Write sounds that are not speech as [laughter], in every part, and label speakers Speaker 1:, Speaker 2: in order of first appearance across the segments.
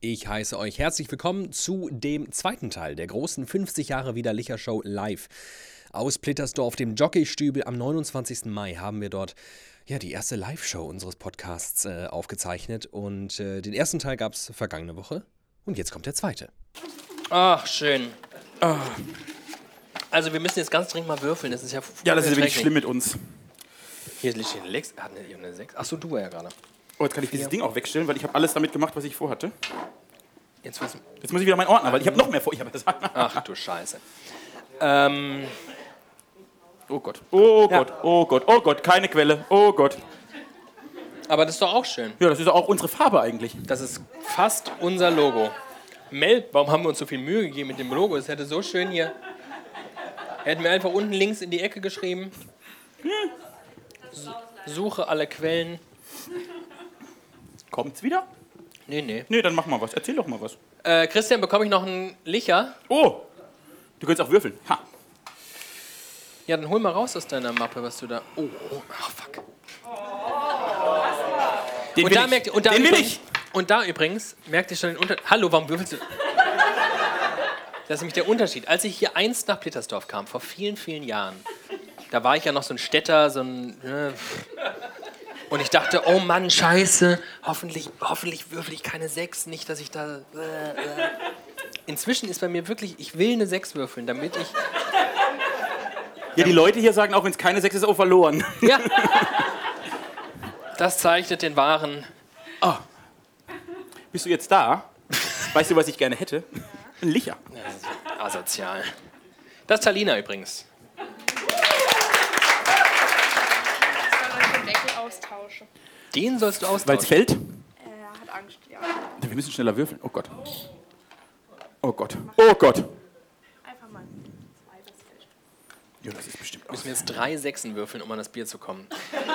Speaker 1: Ich heiße euch herzlich willkommen zu dem zweiten Teil der großen 50 Jahre Widerlicher Show live. Aus Plittersdorf, dem Jockeystübel, am 29. Mai haben wir dort ja, die erste Live-Show unseres Podcasts äh, aufgezeichnet. Und äh, den ersten Teil gab es vergangene Woche. Und jetzt kommt der zweite.
Speaker 2: Ach, schön. Ah. Also wir müssen jetzt ganz dringend mal würfeln. Das ist ja
Speaker 3: Ja, das ist wirklich
Speaker 2: Äh, schrecklich.
Speaker 3: schlimm mit uns.
Speaker 2: Hier liegt hier eine Lex. Hat eine, hier eine 6. Achso, du war ja gerade.
Speaker 3: Oh, jetzt kann ich dieses Ding auch wegstellen, weil ich habe alles damit gemacht, was ich vorhatte.
Speaker 2: Jetzt wissen
Speaker 3: Jetzt muss ich wieder meinen Ordner, weil ich habe noch mehr vor. Ich hab das
Speaker 2: Ach du Scheiße. Ähm,
Speaker 3: oh Gott. Oh Gott. Oh Gott. Oh Gott. Keine Quelle. Oh Gott.
Speaker 2: aber das ist doch auch schön.
Speaker 3: Ja, das ist auch unsere Farbe eigentlich.
Speaker 2: Das ist fast unser Logo. Mel, warum haben wir uns so viel Mühe gegeben mit dem Logo? Es hätte so schön hier. Hätten wir einfach unten links in die Ecke geschrieben. S- Suche alle Quellen.
Speaker 3: Kommt's wieder?
Speaker 2: Nee, nee.
Speaker 3: Nee, dann mach mal was. Erzähl doch mal was.
Speaker 2: Äh, Christian, bekomme ich noch einen Licher?
Speaker 3: Oh. Du kannst auch würfeln. Ha.
Speaker 2: Ja, dann hol mal raus aus deiner Mappe, was du da. Oh, oh ach, fuck.
Speaker 3: Den
Speaker 2: Und
Speaker 3: will
Speaker 2: da,
Speaker 3: ich.
Speaker 2: merkt, und, da
Speaker 3: Den will
Speaker 2: übrigens,
Speaker 3: ich.
Speaker 2: und da übrigens merkt ihr schon den Unterschied. Hallo, warum würfelst du? Das ist nämlich der Unterschied. Als ich hier einst nach Plittersdorf kam, vor vielen, vielen Jahren, da war ich ja noch so ein Städter, so ein. Ne, und ich dachte, oh Mann, scheiße, hoffentlich, hoffentlich würfel ich keine Sechs, nicht, dass ich da. Äh, äh. Inzwischen ist bei mir wirklich, ich will eine Sechs würfeln, damit ich.
Speaker 3: Ja, die Leute hier sagen auch, wenn es keine Sechs ist, oh, verloren. [laughs]
Speaker 2: Ja. Das zeichnet den wahren.
Speaker 3: Bist du jetzt da? Weißt du, was ich gerne hätte? Ein Licher.
Speaker 2: Asozial. Das ist Talina übrigens.
Speaker 4: Weil ich den Deckel austausche.
Speaker 2: Den sollst du
Speaker 3: Weil es
Speaker 2: austauschen.
Speaker 3: fällt?
Speaker 4: Er hat Angst, ja.
Speaker 3: Wir müssen schneller würfeln. Oh Gott. Oh Gott. Oh Gott.
Speaker 4: Einfach mal zwei, das hilft.
Speaker 3: Ja, das ist bestimmt
Speaker 2: Müssen wir jetzt drei Sechsen würfeln, um an das Bier zu kommen. [laughs] oh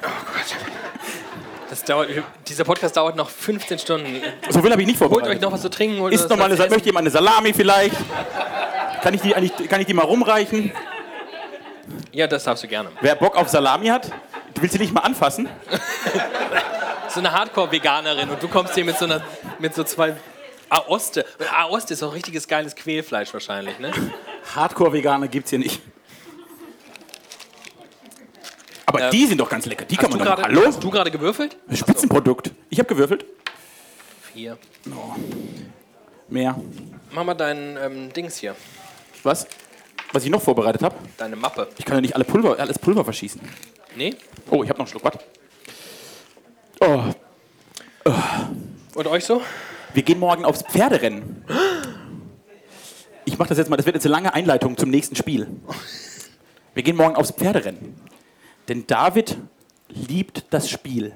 Speaker 2: Gott. Das dauert, dieser Podcast dauert noch 15 Stunden.
Speaker 3: So will habe ich nicht
Speaker 2: Holt
Speaker 3: vorbereitet.
Speaker 2: euch noch was zu trinken. Holt
Speaker 3: Ist
Speaker 2: euch
Speaker 3: noch mal
Speaker 2: was
Speaker 3: eine,
Speaker 2: zu
Speaker 3: Sa-
Speaker 2: essen.
Speaker 3: möchte jemand eine Salami vielleicht? Kann ich, die, eigentlich- kann ich die mal rumreichen?
Speaker 2: Ja, das darfst du gerne.
Speaker 3: Wer Bock auf Salami hat, du willst sie nicht mal anfassen?
Speaker 2: So eine Hardcore-Veganerin und du kommst hier mit so, einer, mit so zwei Aoste. Aoste ist auch richtiges geiles Quälfleisch wahrscheinlich, ne?
Speaker 3: Hardcore-Veganer gibt's hier nicht. Aber die sind doch ganz lecker. Die kann
Speaker 2: Hast du
Speaker 3: man doch.
Speaker 2: gerade-
Speaker 3: Hallo?
Speaker 2: Hast du gerade gewürfelt?
Speaker 3: Spitzenprodukt. Ich habe gewürfelt.
Speaker 2: Hier.
Speaker 3: Mehr.
Speaker 2: Mach mal dein ähm, Dings hier,
Speaker 3: Was? Was ich noch vorbereitet habe?
Speaker 2: deine Mappe.
Speaker 3: Ich kann ja nicht alle Pulver, alles Pulver verschießen.
Speaker 2: Nee?
Speaker 3: Oh, ich habe noch einen Schluck. Was? Oh.
Speaker 2: Und euch so?
Speaker 3: Wir gehen morgen aufs Pferderennen. Ich mache das jetzt mal, das wird jetzt eine lange Einleitung zum nächsten Spiel. Wir gehen morgen aufs Pferderennen. Denn David liebt das Spiel.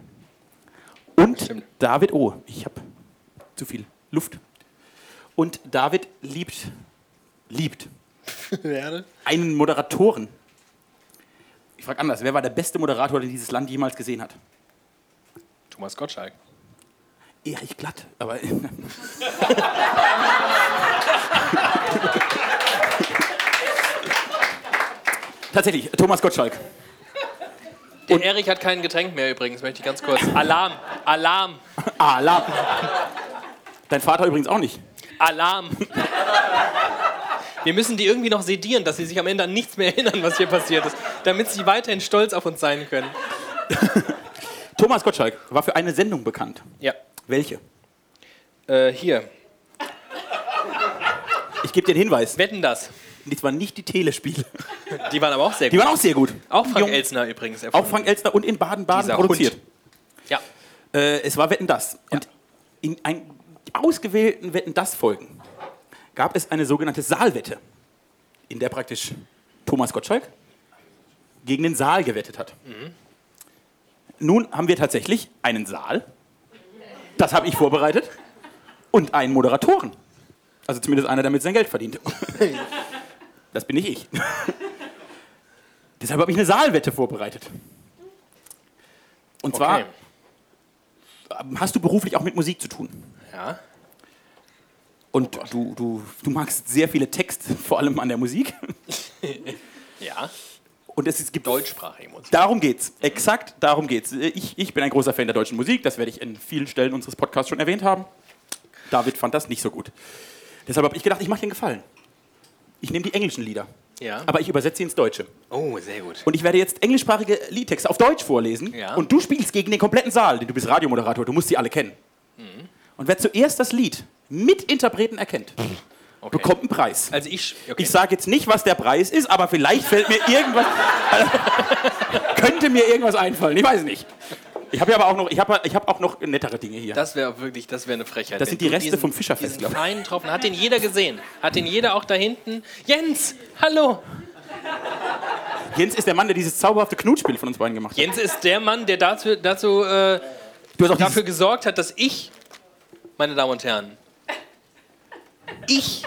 Speaker 3: Und
Speaker 2: Stimmt.
Speaker 3: David, oh, ich habe zu viel Luft. Und David liebt, liebt
Speaker 2: [laughs] Werde.
Speaker 3: einen Moderatoren. Ich frage anders, wer war der beste Moderator, den dieses Land jemals gesehen hat?
Speaker 2: Thomas Gottschalk.
Speaker 3: Erich Glatt, aber. Tatsächlich, Thomas Gottschalk.
Speaker 2: Der Erich hat kein Getränk mehr übrigens, möchte ich ganz kurz. Alarm, Alarm,
Speaker 3: Alarm. Dein Vater übrigens auch nicht.
Speaker 2: Alarm. Wir müssen die irgendwie noch sedieren, dass sie sich am Ende an nichts mehr erinnern, was hier passiert ist, damit sie weiterhin stolz auf uns sein können.
Speaker 3: Thomas Gottschalk war für eine Sendung bekannt.
Speaker 2: Ja,
Speaker 3: Welche?
Speaker 2: äh, hier,
Speaker 3: Ich gebe dir einen Hinweis.
Speaker 2: wetten das.
Speaker 3: Das waren nicht die Telespiele.
Speaker 2: Die waren aber auch sehr
Speaker 3: Die
Speaker 2: gut.
Speaker 3: waren auch sehr gut.
Speaker 2: Auch Frank
Speaker 3: Jung-
Speaker 2: Elsner übrigens.
Speaker 3: Auch
Speaker 2: erfunden.
Speaker 3: Frank Elstner und in Baden-Baden
Speaker 2: Dieser
Speaker 3: produziert.
Speaker 2: Ja,
Speaker 3: Äh, es war Wetten das. Und in ein, ausgewählten Wetten das Folgen gab es eine sogenannte Saalwette, in der praktisch Thomas Gottschalk gegen den Saal gewettet hat. Nun haben wir tatsächlich einen Saal, das habe ich vorbereitet, und einen Moderatoren. Also zumindest einer, der mit sein Geld verdient. Das bin nicht ich. [laughs] Deshalb habe ich eine Saalwette vorbereitet. Und zwar
Speaker 2: okay.
Speaker 3: hast du beruflich auch mit Musik zu tun.
Speaker 2: Ja.
Speaker 3: Und du, [laughs] du, du magst sehr viele Texte, vor allem an der Musik.
Speaker 2: Ja.
Speaker 3: Und es gibt
Speaker 2: deutschsprachige Musik.
Speaker 3: Darum geht's. Exakt darum geht's. Ich, ich bin ein großer Fan der deutschen Musik, das werde ich in vielen Stellen unseres Podcasts schon erwähnt haben. David fand das nicht so gut. Deshalb habe ich gedacht, ich mache dir einen Gefallen. Ich nehme die englischen Lieder,
Speaker 2: Ja.
Speaker 3: aber ich übersetze sie ins Deutsche.
Speaker 2: oh, sehr gut.
Speaker 3: Und ich werde jetzt englischsprachige Liedtexte auf Deutsch vorlesen
Speaker 2: Ja.
Speaker 3: und du spielst gegen den kompletten Saal, denn du bist Radiomoderator, du musst sie alle kennen. Und wer zuerst das Lied mit Interpreten erkennt,
Speaker 2: Okay.
Speaker 3: bekommt einen Preis.
Speaker 2: Also ich, okay.
Speaker 3: Ich sage jetzt nicht, was der Preis ist, aber vielleicht fällt mir irgendwas. [laughs] könnte mir irgendwas einfallen. Ich weiß nicht. Ich habe ja aber auch noch, ich habe, ich habe auch noch nettere Dinge hier.
Speaker 2: das wäre wirklich, das wäre eine Frechheit.
Speaker 3: Das
Speaker 2: wenn
Speaker 3: sind die
Speaker 2: du
Speaker 3: Reste
Speaker 2: diesen-
Speaker 3: vom Fischerfest,
Speaker 2: diesen
Speaker 3: glaub ich.
Speaker 2: Feinen Tropfen, hat den jeder gesehen. Hat den jeder auch da hinten. Jens, hallo.
Speaker 3: Jens ist der Mann, der dieses zauberhafte Knutspiel von uns beiden gemacht hat.
Speaker 2: Jens ist der Mann, der dazu, dazu äh,
Speaker 3: Du hast auch
Speaker 2: dafür
Speaker 3: dieses-
Speaker 2: gesorgt hat, dass ich, meine Damen und Herren, ich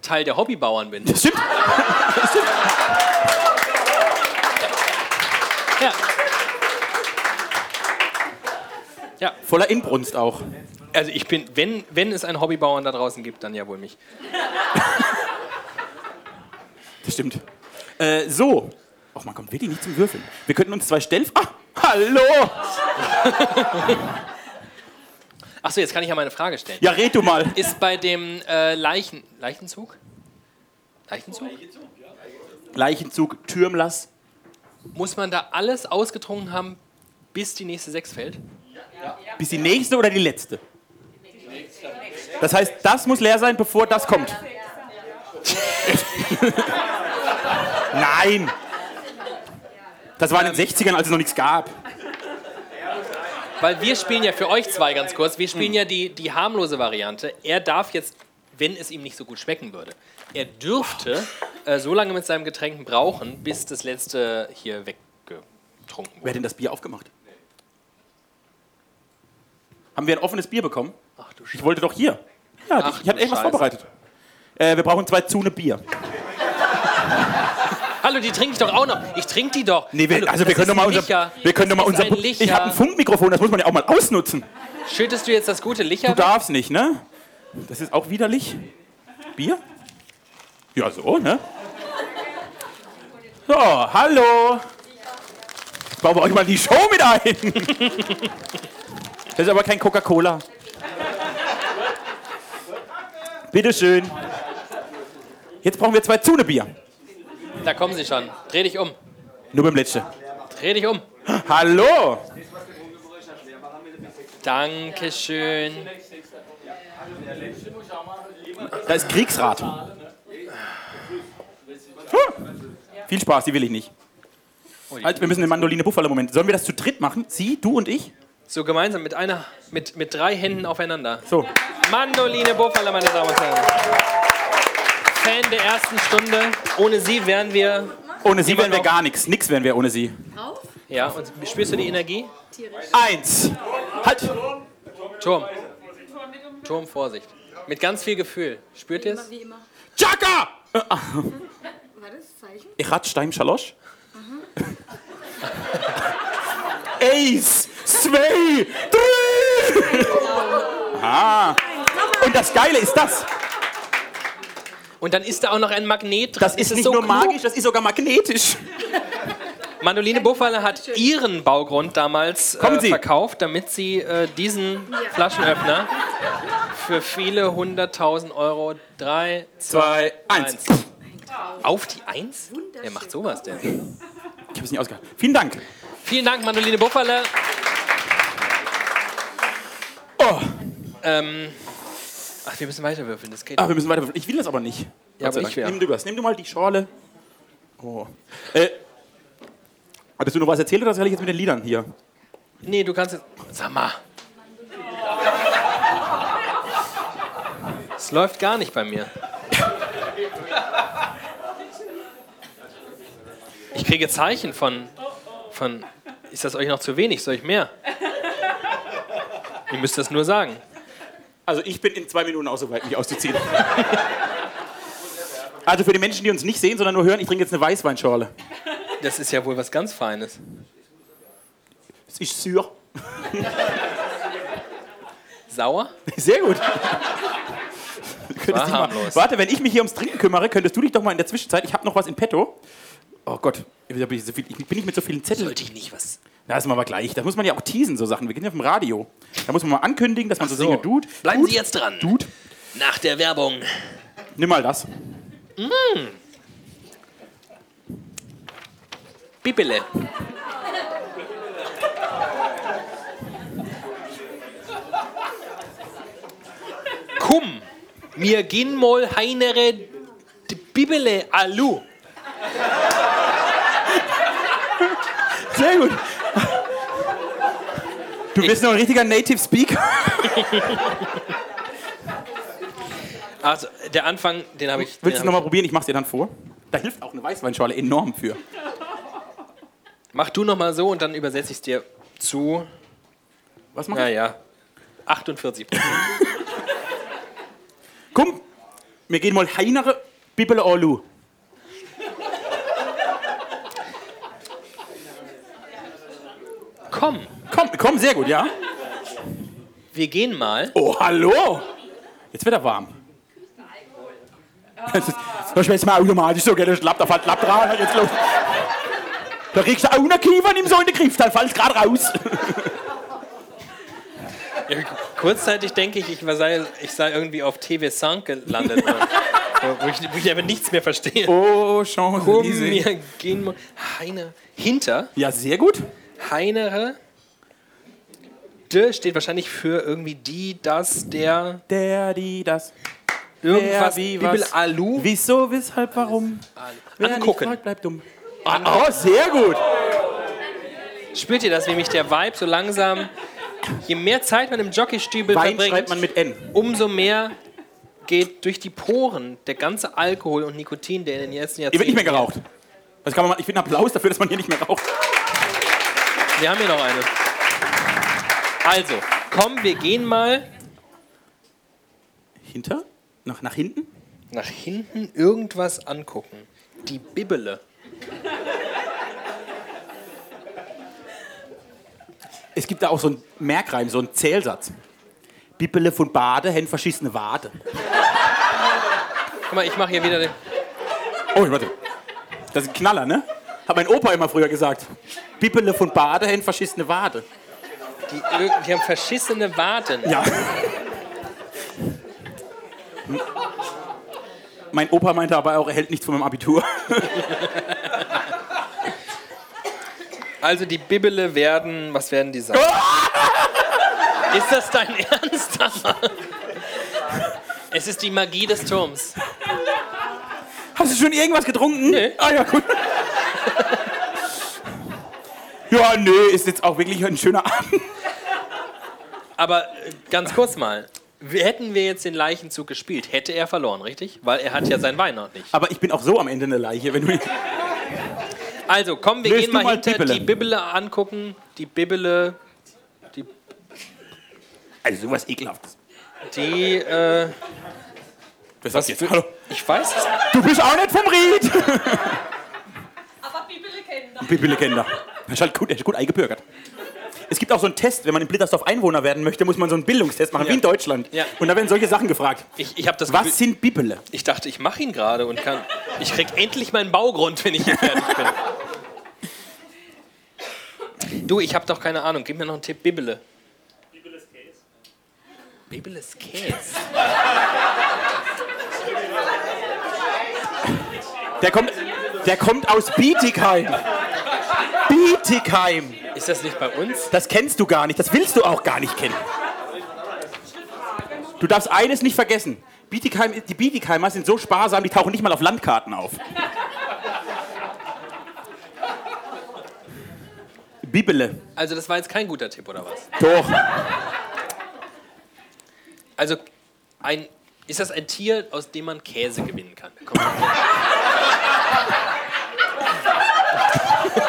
Speaker 2: Teil der Hobbybauern bin.
Speaker 3: Das stimmt.
Speaker 2: Ja.
Speaker 3: Voller Inbrunst auch.
Speaker 2: Also ich bin, wenn, wenn es einen Hobbybauern da draußen gibt, dann ja wohl mich.
Speaker 3: Das stimmt. Äh, so. Och, man kommt wirklich nicht zum Würfeln. Wir könnten uns zwei Stellen. Ah, hallo!
Speaker 2: Achso, jetzt kann ich ja meine Frage stellen.
Speaker 3: Ja, red du mal.
Speaker 2: Ist bei dem äh, Leichen, Leichenzug? Leichenzug?
Speaker 3: Leichenzug, Türmlass.
Speaker 2: Muss man da alles ausgetrunken haben, bis die nächste Sechs fällt?
Speaker 3: Bis die nächste oder die letzte? Das heißt, das muss leer sein, bevor das kommt. [laughs] Nein! Das war in den 60ern, als es noch nichts gab.
Speaker 2: Weil wir spielen ja für euch zwei ganz kurz, wir
Speaker 3: Hm.
Speaker 2: spielen ja die, die harmlose Variante. Er darf jetzt, wenn es ihm nicht so gut schmecken würde, er dürfte äh, so lange mit seinem Getränk brauchen, bis das letzte hier weggetrunken
Speaker 3: Wer
Speaker 2: wurde.
Speaker 3: hat denn das Bier aufgemacht? Haben wir ein offenes Bier bekommen?
Speaker 2: Ach du
Speaker 3: Ich
Speaker 2: Scheiße.
Speaker 3: wollte doch hier. Ja,
Speaker 2: Ach,
Speaker 3: ich habe
Speaker 2: du
Speaker 3: echt was
Speaker 2: Scheiße.
Speaker 3: vorbereitet. Äh, wir brauchen zwei Zune Bier.
Speaker 2: Hallo, die trinke ich doch auch noch. Ich trinke die doch.
Speaker 3: Nee,
Speaker 2: Hallo,
Speaker 3: wir, also
Speaker 2: das
Speaker 3: wir können
Speaker 2: ist
Speaker 3: doch mal
Speaker 2: ein
Speaker 3: unser,
Speaker 2: Licher.
Speaker 3: wir können doch mal
Speaker 2: Das ist
Speaker 3: unser,
Speaker 2: ein
Speaker 3: ich habe ein
Speaker 2: Licher.
Speaker 3: Funkmikrofon, das muss man ja auch mal ausnutzen.
Speaker 2: Schüttest du jetzt das gute Licher?
Speaker 3: Du darfst nicht, ne? Das ist auch widerlich. Bier? Ja, so, ne? So, hallo. Jetzt bauen wir euch mal die Show mit ein. [laughs] Das ist aber kein Coca-Cola. Bitteschön. Jetzt brauchen wir zwei Zunebier.
Speaker 2: Da kommen sie schon. Dreh dich um.
Speaker 3: Nur beim Letzten.
Speaker 2: Dreh dich um.
Speaker 3: Hallo.
Speaker 2: Dankeschön.
Speaker 3: Da ist Kriegsrat. Hm. Viel Spaß, die will ich nicht. Halt, wir müssen den Mandoline Buffalo Moment. Sollen wir das zu dritt machen? Sie, du und ich?
Speaker 2: So gemeinsam mit einer, mit, mit drei Händen aufeinander.
Speaker 3: So.
Speaker 2: Mandoline Bofalla, meine Damen und Herren. Fan der ersten Stunde. Ohne sie wären wir.
Speaker 3: Ohne sie
Speaker 2: Lieber
Speaker 3: wären wir
Speaker 2: noch-
Speaker 3: gar nichts. Nix wären wir ohne sie.
Speaker 2: Ja, und spürst du die Energie?
Speaker 3: Eins. Halt.
Speaker 2: Turm. Turm, Vorsicht. Mit ganz viel Gefühl. Spürt ihr es?
Speaker 5: Wie immer.
Speaker 3: Chaka!
Speaker 5: War das Zeichen?
Speaker 3: Ich hat Stein Schalosch. Eins, zwei, drei. Ah. Und das Geile ist das.
Speaker 2: Und dann ist da auch noch ein Magnet drin.
Speaker 3: Das ist,
Speaker 2: es
Speaker 3: nicht
Speaker 2: so
Speaker 3: nur
Speaker 2: klug?
Speaker 3: magisch, das ist sogar magnetisch.
Speaker 2: Mandoline Bofalla hat ihren Baugrund damals
Speaker 3: Kommen
Speaker 2: äh,
Speaker 3: Sie.
Speaker 2: verkauft, damit sie äh, diesen Flaschenöffner für viele hunderttausend Euro drei
Speaker 3: Zwei, eins.
Speaker 2: Eins. auf die Eins? Wer macht sowas denn?
Speaker 3: Ich habe es nicht ausgehalten. Vielen Dank.
Speaker 2: Vielen Dank, Mandoline Bofalla.
Speaker 3: Oh.
Speaker 2: Ähm, ach, wir müssen weiterwürfeln, das geht.
Speaker 3: Ach, ah, wir müssen weiter. Ich will das aber nicht.
Speaker 2: Ja,
Speaker 3: Gott sei
Speaker 2: aber ich
Speaker 3: Dank.
Speaker 2: wär-
Speaker 3: Nimm du das. Nimm du mal die Schorle. Oh. Äh, hattest du noch was erzählt oder soll ich jetzt mit den Liedern hier?
Speaker 2: Nee, du kannst jetzt. Sag mal. Es läuft gar nicht bei mir. Ich kriege Zeichen von. von ist das euch noch zu wenig? Soll ich mehr? Ihr müsst das nur sagen.
Speaker 3: Also ich bin in zwei Minuten auch so weit, mich
Speaker 2: [laughs]
Speaker 3: auszuziehen. also für die Menschen, die uns nicht sehen, sondern nur hören, ich trinke jetzt eine Weißweinschorle.
Speaker 2: Das ist ja wohl was ganz Feines.
Speaker 3: Das ist süß.
Speaker 2: Sauer?
Speaker 3: Sehr
Speaker 2: [laughs]
Speaker 3: gut. Könntest dich mal,
Speaker 2: harmlos.
Speaker 3: warte, wenn ich mich hier ums Trinken kümmere, könntest du dich doch mal in der Zwischenzeit, ich habe noch was in petto, Oh Gott, da bin ich, so viel, ich bin nicht mit so vielen Zetteln.
Speaker 2: Sollte ich nicht was.
Speaker 3: Da ist man aber gleich. Da muss man ja auch teasen, so Sachen. Wir gehen ja vom Radio. Da muss man mal ankündigen, dass man so,
Speaker 2: so.
Speaker 3: Dinge tut.
Speaker 2: Bleiben
Speaker 3: tut,
Speaker 2: Sie jetzt dran.
Speaker 3: Tut.
Speaker 2: Nach der Werbung.
Speaker 3: Nimm mal das.
Speaker 2: Bibele. Kum, mir gin mol heinere d- Bibele alu.
Speaker 3: Sehr gut. Du bist noch ein richtiger Native Speaker.
Speaker 2: Also, der Anfang, den habe ich. den
Speaker 3: Willst du
Speaker 2: hab
Speaker 3: es nochmal probieren? Ich mach's dir dann vor. Da hilft auch eine Weißweinschorle enorm für.
Speaker 2: ich- Mach du nochmal so und dann übersetze ich es dir zu.
Speaker 3: Was mach ich?
Speaker 2: Naja. 48.
Speaker 3: Komm, wir gehen mal heinere Bibel Orlu.
Speaker 2: Komm,
Speaker 3: Komm, komm, sehr gut, ja?
Speaker 2: wir gehen mal.
Speaker 3: Oh, hallo! Jetzt wird er warm. [laughs] Das ist- Das schmeckt mal automatisch so, gell? Das Lapp, da fällt Lapp dran, halt jetzt los. Da kriegst du auch einen Kiefer, nimm so in den Griff, dann fällt's gerade raus.
Speaker 2: Ja, kurzzeitig denke ich, ich sei, ich sei irgendwie auf TV5
Speaker 3: [laughs]
Speaker 2: gelandet. wo, wo, ich, wo ich aber nichts mehr verstehe.
Speaker 3: Oh, Chance.
Speaker 2: Um mir gehen mo- Heine. Hinter.
Speaker 3: Ja, sehr gut.
Speaker 2: Heinere. De steht wahrscheinlich für irgendwie die, das, der,
Speaker 3: Der, die, das.
Speaker 2: irgendwas.
Speaker 3: wie,
Speaker 2: Bibel
Speaker 3: was.
Speaker 2: Alu.
Speaker 3: Wieso, weshalb, warum? Oh. Wer nicht
Speaker 2: Angucken.
Speaker 3: fragt, bleibt dumm. Ah, oh, sehr gut.
Speaker 2: Spürt ihr das, wie mich der Vibe so langsam. Je mehr Zeit man im Jockeystübel
Speaker 3: Wein
Speaker 2: verbringt,
Speaker 3: schreibt man mit N.
Speaker 2: umso mehr geht durch die Poren der ganze Alkohol und Nikotin, der in den letzten Jahrzehnten.
Speaker 3: Hier wird nicht mehr geraucht. Das kann man mal, ich finde Applaus dafür, dass man hier nicht mehr raucht.
Speaker 2: Wir haben hier noch eine. Also, komm, wir gehen mal.
Speaker 3: Hinter? Nach, nach hinten?
Speaker 2: nach hinten irgendwas angucken. Die Bibele.
Speaker 3: Es gibt da auch so einen Merkreim, so einen Zählsatz. Bippele von Bade, hen verschissene Wade.
Speaker 2: Guck mal, ich mache hier wieder den.
Speaker 3: Oh, warte. Das ist ein Knaller, ne? Hat mein Opa immer früher gesagt. Bippele von Bade, hen verschissene Wade.
Speaker 2: Die, ir- die haben verschissene Waden.
Speaker 3: Ja. mein Opa meinte aber auch, er hält nichts von meinem Abitur.
Speaker 2: Also die Bibele werden. Was werden die sein? [laughs] Ist das dein Ernst? [laughs] es ist die Magie des Turms.
Speaker 3: Hast du schon irgendwas getrunken?
Speaker 2: Nee.
Speaker 3: Ah ja, gut. ja, nee, ist jetzt auch wirklich ein schöner Abend.
Speaker 2: Aber äh, ganz kurz mal. Wir- Hätten wir jetzt den Leichenzug gespielt, hätte er verloren, richtig? Weil er hat ja sein Weinort nicht.
Speaker 3: Aber ich bin auch so am Ende eine Leiche, wenn du.
Speaker 2: Also, komm, wir
Speaker 3: Willst
Speaker 2: gehen
Speaker 3: du
Speaker 2: mal,
Speaker 3: mal
Speaker 2: hinter
Speaker 3: Bibele?
Speaker 2: die Bibele angucken. Die Bibele,
Speaker 3: Also sowas ekelhaftes.
Speaker 2: die, äh, was
Speaker 3: Was, sagst du jetzt? Hallo.
Speaker 2: Ich weiß es
Speaker 3: Du bist auch nicht vom Ried!
Speaker 5: Aber Bibele kennen das.
Speaker 3: Bibele kennt er. Er ist halt gut, er ist gut eingebürgert. Es gibt auch so einen Test, wenn man in Blittersdorf Einwohner werden möchte, muss man so einen Bildungstest machen, wie in Deutschland.
Speaker 2: Ja.
Speaker 3: Und da werden solche Sachen gefragt.
Speaker 2: Ich, ich habe das
Speaker 3: Was
Speaker 2: Gefühl,
Speaker 3: sind Bibele?
Speaker 2: ich dachte, ich mache ihn gerade und kann. Ich krieg endlich meinen Baugrund, wenn ich hier fertig bin. Du, ich habe doch keine Ahnung. Gib mir noch einen Tipp. Bibele. Bibeles Käse. Bibeles Käse.
Speaker 3: Der kommt, der kommt aus Bietigheim. Bietigheim.
Speaker 2: Ist das nicht bei uns?
Speaker 3: Das kennst du gar nicht, das willst du auch gar nicht kennen. Du darfst eines nicht vergessen. Bietigheim, die Bietigheimer sind so sparsam, die tauchen nicht mal auf Landkarten auf. Bibele.
Speaker 2: Also das war jetzt kein guter Tipp oder was?
Speaker 3: Doch.
Speaker 2: Also ein ist das ein Tier, aus dem man Käse gewinnen kann? Komm,
Speaker 3: Also,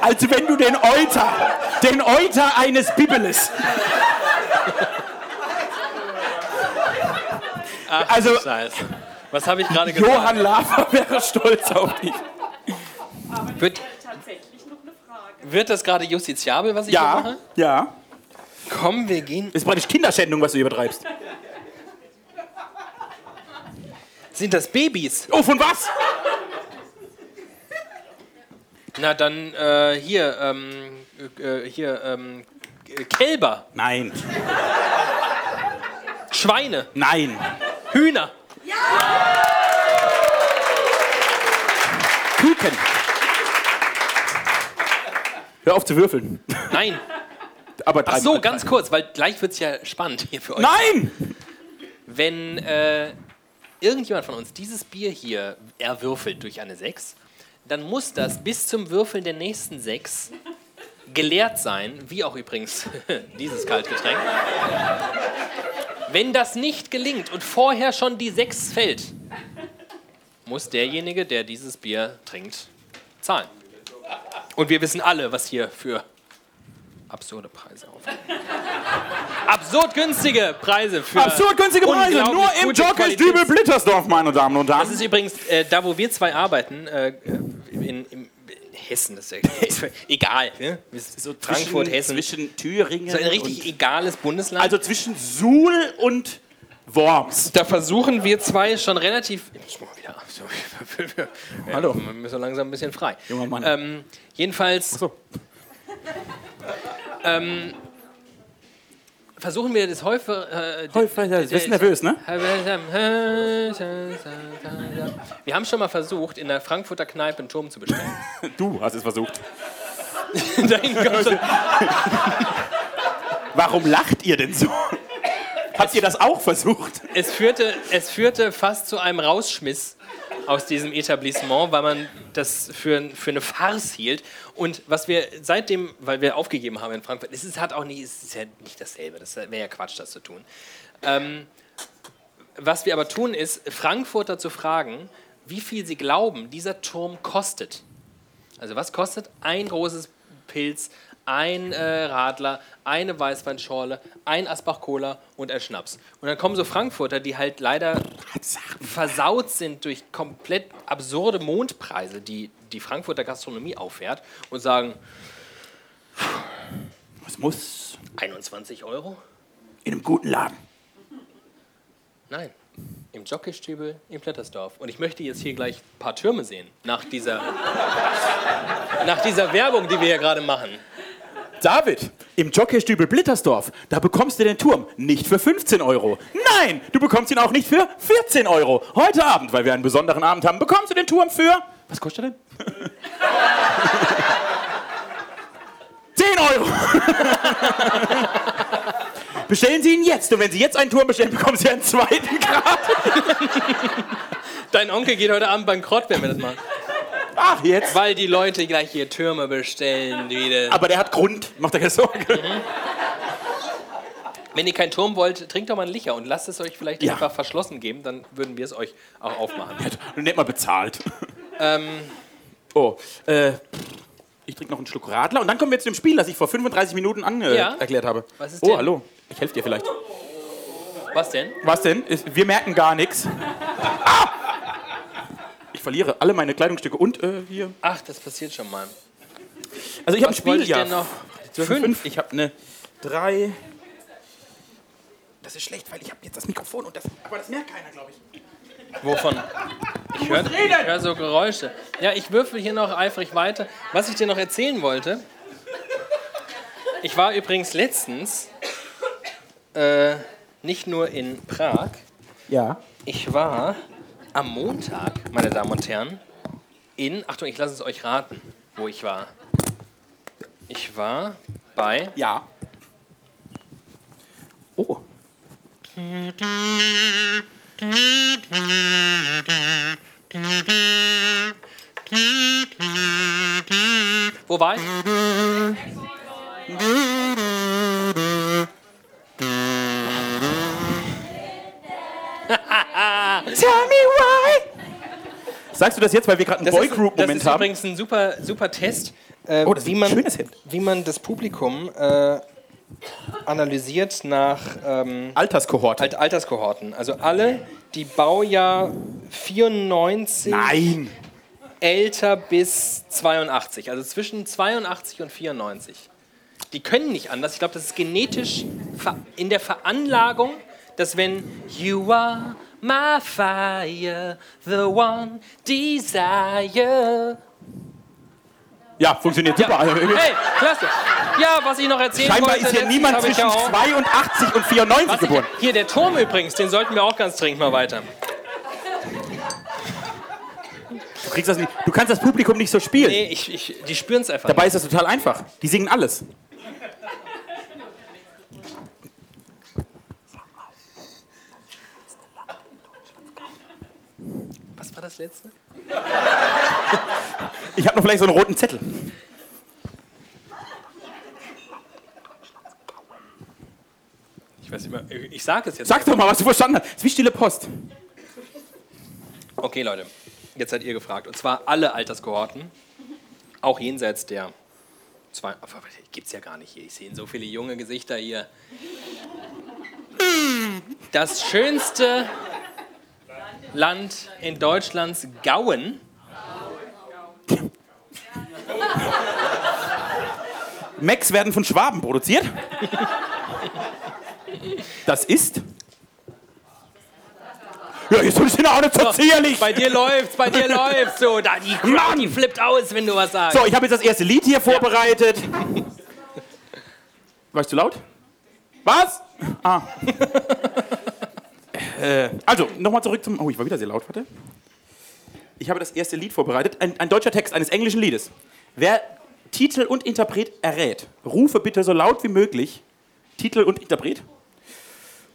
Speaker 3: Als wenn du den Euter, den Euter eines Bibeles.
Speaker 2: ach,
Speaker 3: Also-
Speaker 2: Scheiße. Was habe ich gerade gesagt?
Speaker 3: Johann Lafer wäre stolz auf dich.
Speaker 2: Wird, wird das gerade justiziabel, was ich hier
Speaker 3: Ja,
Speaker 2: mache?
Speaker 3: ja.
Speaker 2: Komm, wir gehen.
Speaker 3: Das ist praktisch Kinderschändung, was du hier betreibst.
Speaker 2: Sind das Babys?
Speaker 3: Oh, von was?
Speaker 2: Na dann äh, hier, ähm, äh, hier, ähm, äh, Kälber,
Speaker 3: Nein,
Speaker 2: Schweine,
Speaker 3: nein.
Speaker 2: Hühner,
Speaker 3: Küken. Hör auf zu würfeln.
Speaker 2: nein.
Speaker 3: Aber
Speaker 2: Ach
Speaker 3: drei
Speaker 2: so,
Speaker 3: mal
Speaker 2: ganz
Speaker 3: drei.
Speaker 2: kurz, weil gleich wird es ja spannend hier für euch.
Speaker 3: Nein!
Speaker 2: Wenn äh, irgendjemand von uns dieses Bier hier erwürfelt durch eine 6, dann muss das bis zum Würfeln der nächsten 6 geleert sein, wie auch übrigens [laughs] dieses Kaltgetränk. Wenn das nicht gelingt und vorher schon die 6 fällt, muss derjenige, der dieses Bier trinkt, zahlen. Und wir wissen alle, was hier für absurde Preise auf. Absurd günstige Preise für
Speaker 3: Absurd günstige Preise,
Speaker 2: unglaublich
Speaker 3: nur im
Speaker 2: gute
Speaker 3: Jockey-Stübel
Speaker 2: Qualitäts-
Speaker 3: Blittersdorf, meine Damen und
Speaker 2: das
Speaker 3: Herren.
Speaker 2: ist übrigens, äh, da wo wir zwei arbeiten, äh, in, in, in Hessen, das ist ja [laughs] egal. Ne? So Frankfurt, Hessen.
Speaker 3: Zwischen Thüringen
Speaker 2: so ein richtig e-
Speaker 3: und...
Speaker 2: egales Bundesland.
Speaker 3: Also zwischen Suhl und Worms.
Speaker 2: da versuchen wir zwei schon relativ. Ich muss mal wieder. [laughs] So,
Speaker 3: Hallo.
Speaker 2: Wir müssen so langsam ein bisschen frei.
Speaker 3: Junger Mann.
Speaker 2: Ähm, jedenfalls.
Speaker 3: so.
Speaker 2: ähm, versuchen wir das häufiger. Äh,
Speaker 3: Voll, voll, voll. Bist nervös, ne?
Speaker 2: wir haben schon mal versucht, in der Frankfurter Kneipe einen Turm zu bestellen. [laughs]
Speaker 3: Du hast es versucht.
Speaker 2: Dahin kommt so-
Speaker 3: Warum lacht ihr denn [laughs] so? Habt ihr das auch versucht?
Speaker 2: es, führte, es führte fast zu einem Rausschmiss aus diesem Etablissement, weil man das für, ein- für eine Farce hielt. Und was wir seitdem, weil wir aufgegeben haben in Frankfurt, es ist, hat auch nie, es ist ja nicht dasselbe, das wäre ja Quatsch, das zu tun. Ähm, was wir aber tun, ist, Frankfurter zu fragen, wie viel sie glauben, dieser Turm kostet. Also was kostet ein großes Pilz, ein äh, Radler, eine Weißweinschorle, ein Asbach-Cola und ein Schnaps. Und dann kommen so Frankfurter, die halt leider versaut sind durch komplett absurde Mondpreise, die die Frankfurter Gastronomie auffährt und sagen,
Speaker 3: Es muss
Speaker 2: 21 Euro?
Speaker 3: in einem guten Laden.
Speaker 2: Nein. Im Jockeystübel in Plettersdorf. Und ich möchte jetzt hier gleich ein paar Türme sehen, nach dieser, [laughs] nach dieser Werbung, die wir hier gerade machen.
Speaker 3: David, im Jockeystübel Blittersdorf, da bekommst du den Turm nicht für 15 Euro. Nein, du bekommst ihn auch nicht für 14 Euro. Heute Abend, weil wir einen besonderen Abend haben, bekommst du den Turm für. Was kostet er denn? 10 Euro! [laughs] Bestellen Sie ihn jetzt. Und wenn Sie jetzt einen Turm bestellen, bekommen Sie einen zweiten Grad.
Speaker 2: Dein Onkel geht heute Abend bankrott, wenn wir das machen.
Speaker 3: Ach, jetzt.
Speaker 2: Weil die Leute gleich hier Türme bestellen wieder.
Speaker 3: Aber der hat Grund. Macht er keine Sorge.
Speaker 2: Mhm. Wenn ihr keinen Turm wollt, trinkt doch mal einen Licher und lasst es euch vielleicht
Speaker 3: Ja.
Speaker 2: einfach verschlossen geben, dann würden wir es euch auch aufmachen.
Speaker 3: Und nicht mal bezahlt.
Speaker 2: Ähm,
Speaker 3: Oh, äh, ich trinke noch einen Schluck Radler und dann kommen wir zu dem Spiel, das ich vor 35 Minuten ange
Speaker 2: Ja?
Speaker 3: erklärt habe.
Speaker 2: Was ist
Speaker 3: oh,
Speaker 2: denn?
Speaker 3: hallo. Ich helfe dir vielleicht.
Speaker 2: was denn?
Speaker 3: Was denn? Ist- Wir merken gar nichts. Ah! Ich verliere alle meine Kleidungsstücke und äh, hier.
Speaker 2: Ach, das passiert schon mal.
Speaker 3: Also ich
Speaker 2: Was
Speaker 3: habe ein
Speaker 2: wollte
Speaker 3: Spiel
Speaker 2: ich
Speaker 3: ja.
Speaker 2: denn noch?
Speaker 3: Fünf.
Speaker 2: Fünf.
Speaker 3: Ich habe eine drei. Das ist schlecht, weil ich habe jetzt das Mikrofon und das. Aber das merkt keiner, glaube ich.
Speaker 2: Wovon? Ich höre hör so Geräusche. Ja, ich würfel hier noch eifrig weiter. Was ich dir noch erzählen wollte. Ich war übrigens letztens äh, nicht nur in Prag,
Speaker 3: Ja.
Speaker 2: Ich war am Montag, meine Damen und Herren, in, Achtung, ich lasse es euch raten, wo ich war. Ich war bei
Speaker 3: Ja. Oh.
Speaker 2: Wo war ich?
Speaker 3: Sagst du das jetzt, weil wir gerade einen
Speaker 2: Das ist, das
Speaker 3: Boygroup-Moment
Speaker 2: ist
Speaker 3: haben?
Speaker 2: übrigens ein super, super Test, äh,
Speaker 3: Oh, das ist
Speaker 2: wie,
Speaker 3: ein
Speaker 2: man,
Speaker 3: schönes Hemd.
Speaker 2: wie man das Publikum äh, analysiert nach ähm,
Speaker 3: Alterskohorte.
Speaker 2: Alt Alterskohorten. Also alle, die Baujahr 94
Speaker 3: Nein.
Speaker 2: älter bis 82, also zwischen 82 und 94. Die können nicht anders. Ich glaube, das ist genetisch ver- in der Veranlagung, dass wenn You are my fire, the one desire.
Speaker 3: Ja, funktioniert super. Also,
Speaker 2: Hey, klasse. Ja, was ich noch erzählen
Speaker 3: Scheinbar
Speaker 2: wollte.
Speaker 3: ist hier
Speaker 2: letztens
Speaker 3: niemand
Speaker 2: hab ich
Speaker 3: zwischen
Speaker 2: ja auch-
Speaker 3: 82 und 94
Speaker 2: Was ich,
Speaker 3: geboren.
Speaker 2: hier, der Turm übrigens, den sollten wir auch ganz dringend mal weiter.
Speaker 3: Du, kriegst das nicht. du kannst das Publikum nicht so spielen.
Speaker 2: Nee, ich, ich, die spüren es einfach.
Speaker 3: Dabei ist das total einfach. Die singen alles.
Speaker 2: nicht. Was war das letzte?
Speaker 3: Ich habe noch vielleicht so einen roten Zettel.
Speaker 2: Ich weiß immer, ich sage es jetzt.
Speaker 3: Sag doch mal, was du verstanden hast. Es ist wie stille Post.
Speaker 2: Okay, Leute, jetzt seid ihr gefragt. Und zwar alle Alterskohorten, auch jenseits der zwei. aber Gibt's ja gar nicht hier. Ich sehe so viele junge Gesichter hier. Das schönste Land in Deutschlands Gauen.
Speaker 3: Macs werden von Schwaben produziert. Das ist. Ja, jetzt ist ja auch nicht so zierlich.
Speaker 2: Bei dir läuft's, bei dir läuft's. So, da, die,
Speaker 3: Mann!
Speaker 2: die flippt aus, wenn du was sagst.
Speaker 3: So, ich habe jetzt das erste Lied hier vorbereitet. War ich zu laut? Was? Ah. [laughs] äh, also, nochmal zurück zum. Oh, ich war wieder sehr laut, warte. Ich habe das erste Lied vorbereitet. Ein, ein deutscher Text eines englischen Liedes. Wer Titel und Interpret errät, rufe bitte so laut wie möglich Titel und Interpret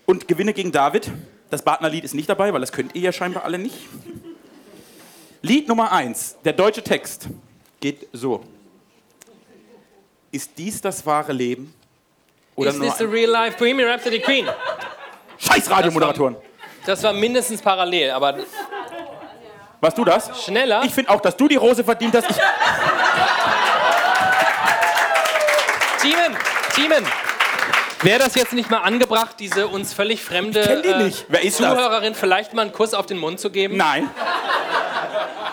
Speaker 3: und gewinne gegen David. Das Bartner Lied ist nicht dabei, weil das könnt ihr ja scheinbar alle nicht. Lied Nummer 1, der deutsche Text geht so. Ist dies das wahre Leben? Oder
Speaker 2: Is
Speaker 3: nur
Speaker 2: this the
Speaker 3: ein
Speaker 2: real life Bohemian Rhapsody Queen?
Speaker 3: Scheiß Radiomoderatoren.
Speaker 2: Das war mindestens parallel, aber
Speaker 3: Warst du das?
Speaker 2: schneller.
Speaker 3: Ich finde auch, dass du die Rose verdient hast. Ich,
Speaker 2: Teamen, Teamen. Wäre das jetzt nicht mal angebracht, diese uns völlig fremde
Speaker 3: kenn die
Speaker 2: äh,
Speaker 3: nicht. Wer ist das?
Speaker 2: Zuhörerin vielleicht mal einen Kuss auf den Mund zu geben?
Speaker 3: [laughs] nein.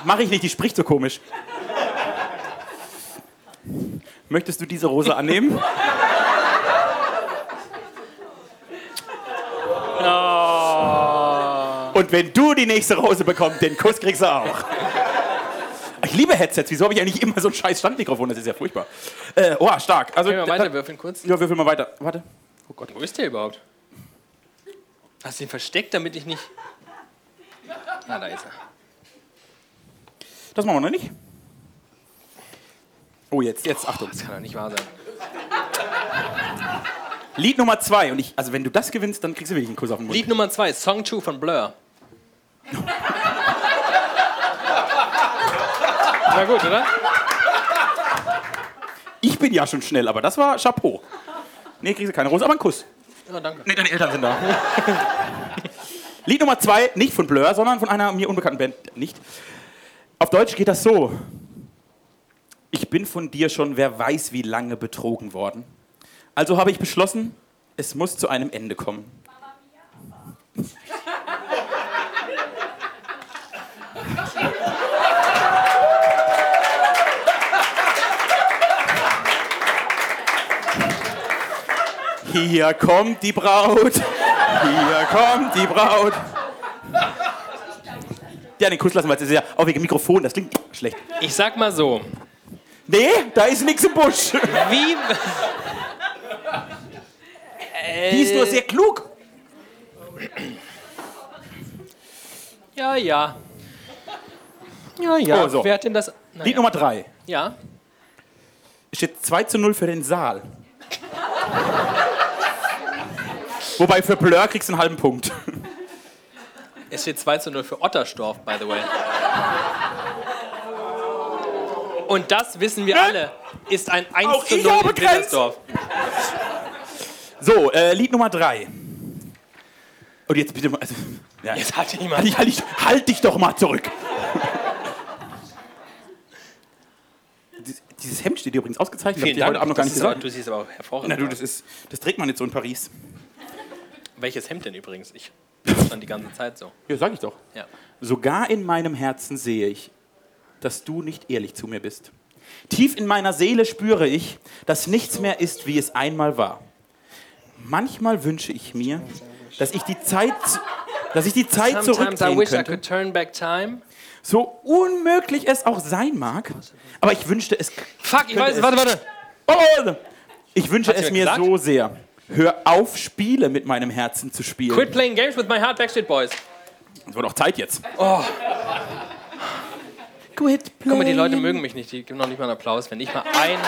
Speaker 3: Mache ich nicht, die spricht so komisch. Möchtest du diese Rose annehmen? [laughs] Und wenn du die nächste Rose bekommst, den Kuss kriegst du auch. Ich liebe Headsets. Wieso habe ich eigentlich immer so ein scheiß Standmikrofon? Das ist ja furchtbar. Äh, oh, stark. Also,
Speaker 2: Können wir mal weiterwürfeln kurz?
Speaker 3: Ja, würfel mal weiter. Warte. Oh Gott.
Speaker 2: Wo ist der überhaupt? Hast du ihn versteckt, damit ich nicht... Ah, da ist er.
Speaker 3: Das machen wir noch nicht. Oh, jetzt, jetzt, Achtung.
Speaker 2: Das kann doch nicht wahr sein.
Speaker 3: Lied Nummer zwei. Und ich, also wenn du das gewinnst, dann kriegst du wirklich einen Kuss auf den Mund.
Speaker 2: Lied Nummer 2, Song 2 von
Speaker 3: [laughs]
Speaker 2: Blur. Na gut, oder?
Speaker 3: Ich bin ja schon schnell, aber das war Chapeau. Nee, kriegst du keine Rose, aber einen Kuss.
Speaker 2: Ja, danke.
Speaker 3: Nee, deine Eltern sind da. [laughs] Lied Nummer zwei, nicht von Blur, sondern von einer mir unbekannten Band. Nicht. Auf Deutsch geht das so. Ich bin von dir schon, wer weiß wie lange betrogen worden. Also habe ich beschlossen, es muss zu einem Ende kommen. Hier kommt die Braut. Hier kommt die Braut. Ja, den Kuss lassen wir jetzt. Das ist ja auch wegen Mikrofon, das klingt schlecht.
Speaker 2: Ich sag mal so,
Speaker 3: Nee, da ist nichts im Busch.
Speaker 2: wie...
Speaker 3: Die ist nur sehr klug.
Speaker 2: Ja, ja. Ja, ja.
Speaker 3: Oh, so.
Speaker 2: Wer hat denn das...
Speaker 3: Lied Nummer drei.
Speaker 2: Ja.
Speaker 3: Steht 2 zu 0 für den Saal. Wobei für Blur kriegst du einen halben Punkt.
Speaker 2: Es steht 2 zu 0 für Otterstorf, by the way. Und das wissen wir
Speaker 3: Ne?
Speaker 2: alle, ist ein 1
Speaker 3: Auch
Speaker 2: zu
Speaker 3: ich
Speaker 2: 0
Speaker 3: habe
Speaker 2: in
Speaker 3: Grenzen.
Speaker 2: Blittersdorf.
Speaker 3: So, äh, Lied Nummer drei. Und jetzt bitte mal. Also, ja,
Speaker 2: Jetzt hat
Speaker 3: Halt,
Speaker 2: jemand.
Speaker 3: dich- halt, dich- halt dich doch mal zurück. Dies- Dieses Hemd steht dir übrigens ausgezeichnet.
Speaker 2: Vielen
Speaker 3: hab ich dir
Speaker 2: Dank.
Speaker 3: heute Abend noch gar
Speaker 2: Das
Speaker 3: nicht
Speaker 2: ist aber,
Speaker 3: gesagt.
Speaker 2: du siehst aber auch hervorragend.
Speaker 3: Na du,
Speaker 2: aus.
Speaker 3: das, ist, das trägt man jetzt so in Paris.
Speaker 2: Welches Hemd denn übrigens? [laughs] Ich das dann die ganze Zeit so.
Speaker 3: Ja, sag ich doch.
Speaker 2: Ja.
Speaker 3: Sogar in meinem Herzen sehe ich, dass du nicht ehrlich zu mir bist. Tief in meiner Seele spüre ich, dass nichts mehr ist, wie es einmal war. Manchmal wünsche ich mir, dass ich die Zeit, dass ich die Zeit
Speaker 2: Sometimes I
Speaker 3: zurückdrehen
Speaker 2: wish I
Speaker 3: könnte.
Speaker 2: could turn back time.
Speaker 3: So unmöglich es auch sein mag, aber ich wünschte es.
Speaker 2: Fuck, ich weiß, es. warte, warte.
Speaker 3: Oh! Ich wünsche
Speaker 2: Hat's
Speaker 3: es
Speaker 2: ja
Speaker 3: mir
Speaker 2: gesagt?
Speaker 3: so sehr. Hör auf, Spiele mit meinem Herzen zu spielen.
Speaker 2: Quit playing games with my heart, Backstreet Boys.
Speaker 3: Es wird auch Zeit jetzt. Quit
Speaker 2: Oh. Guck mal, die Leute mögen mich nicht. Die geben noch nicht mal einen Applaus, wenn ich mal ein.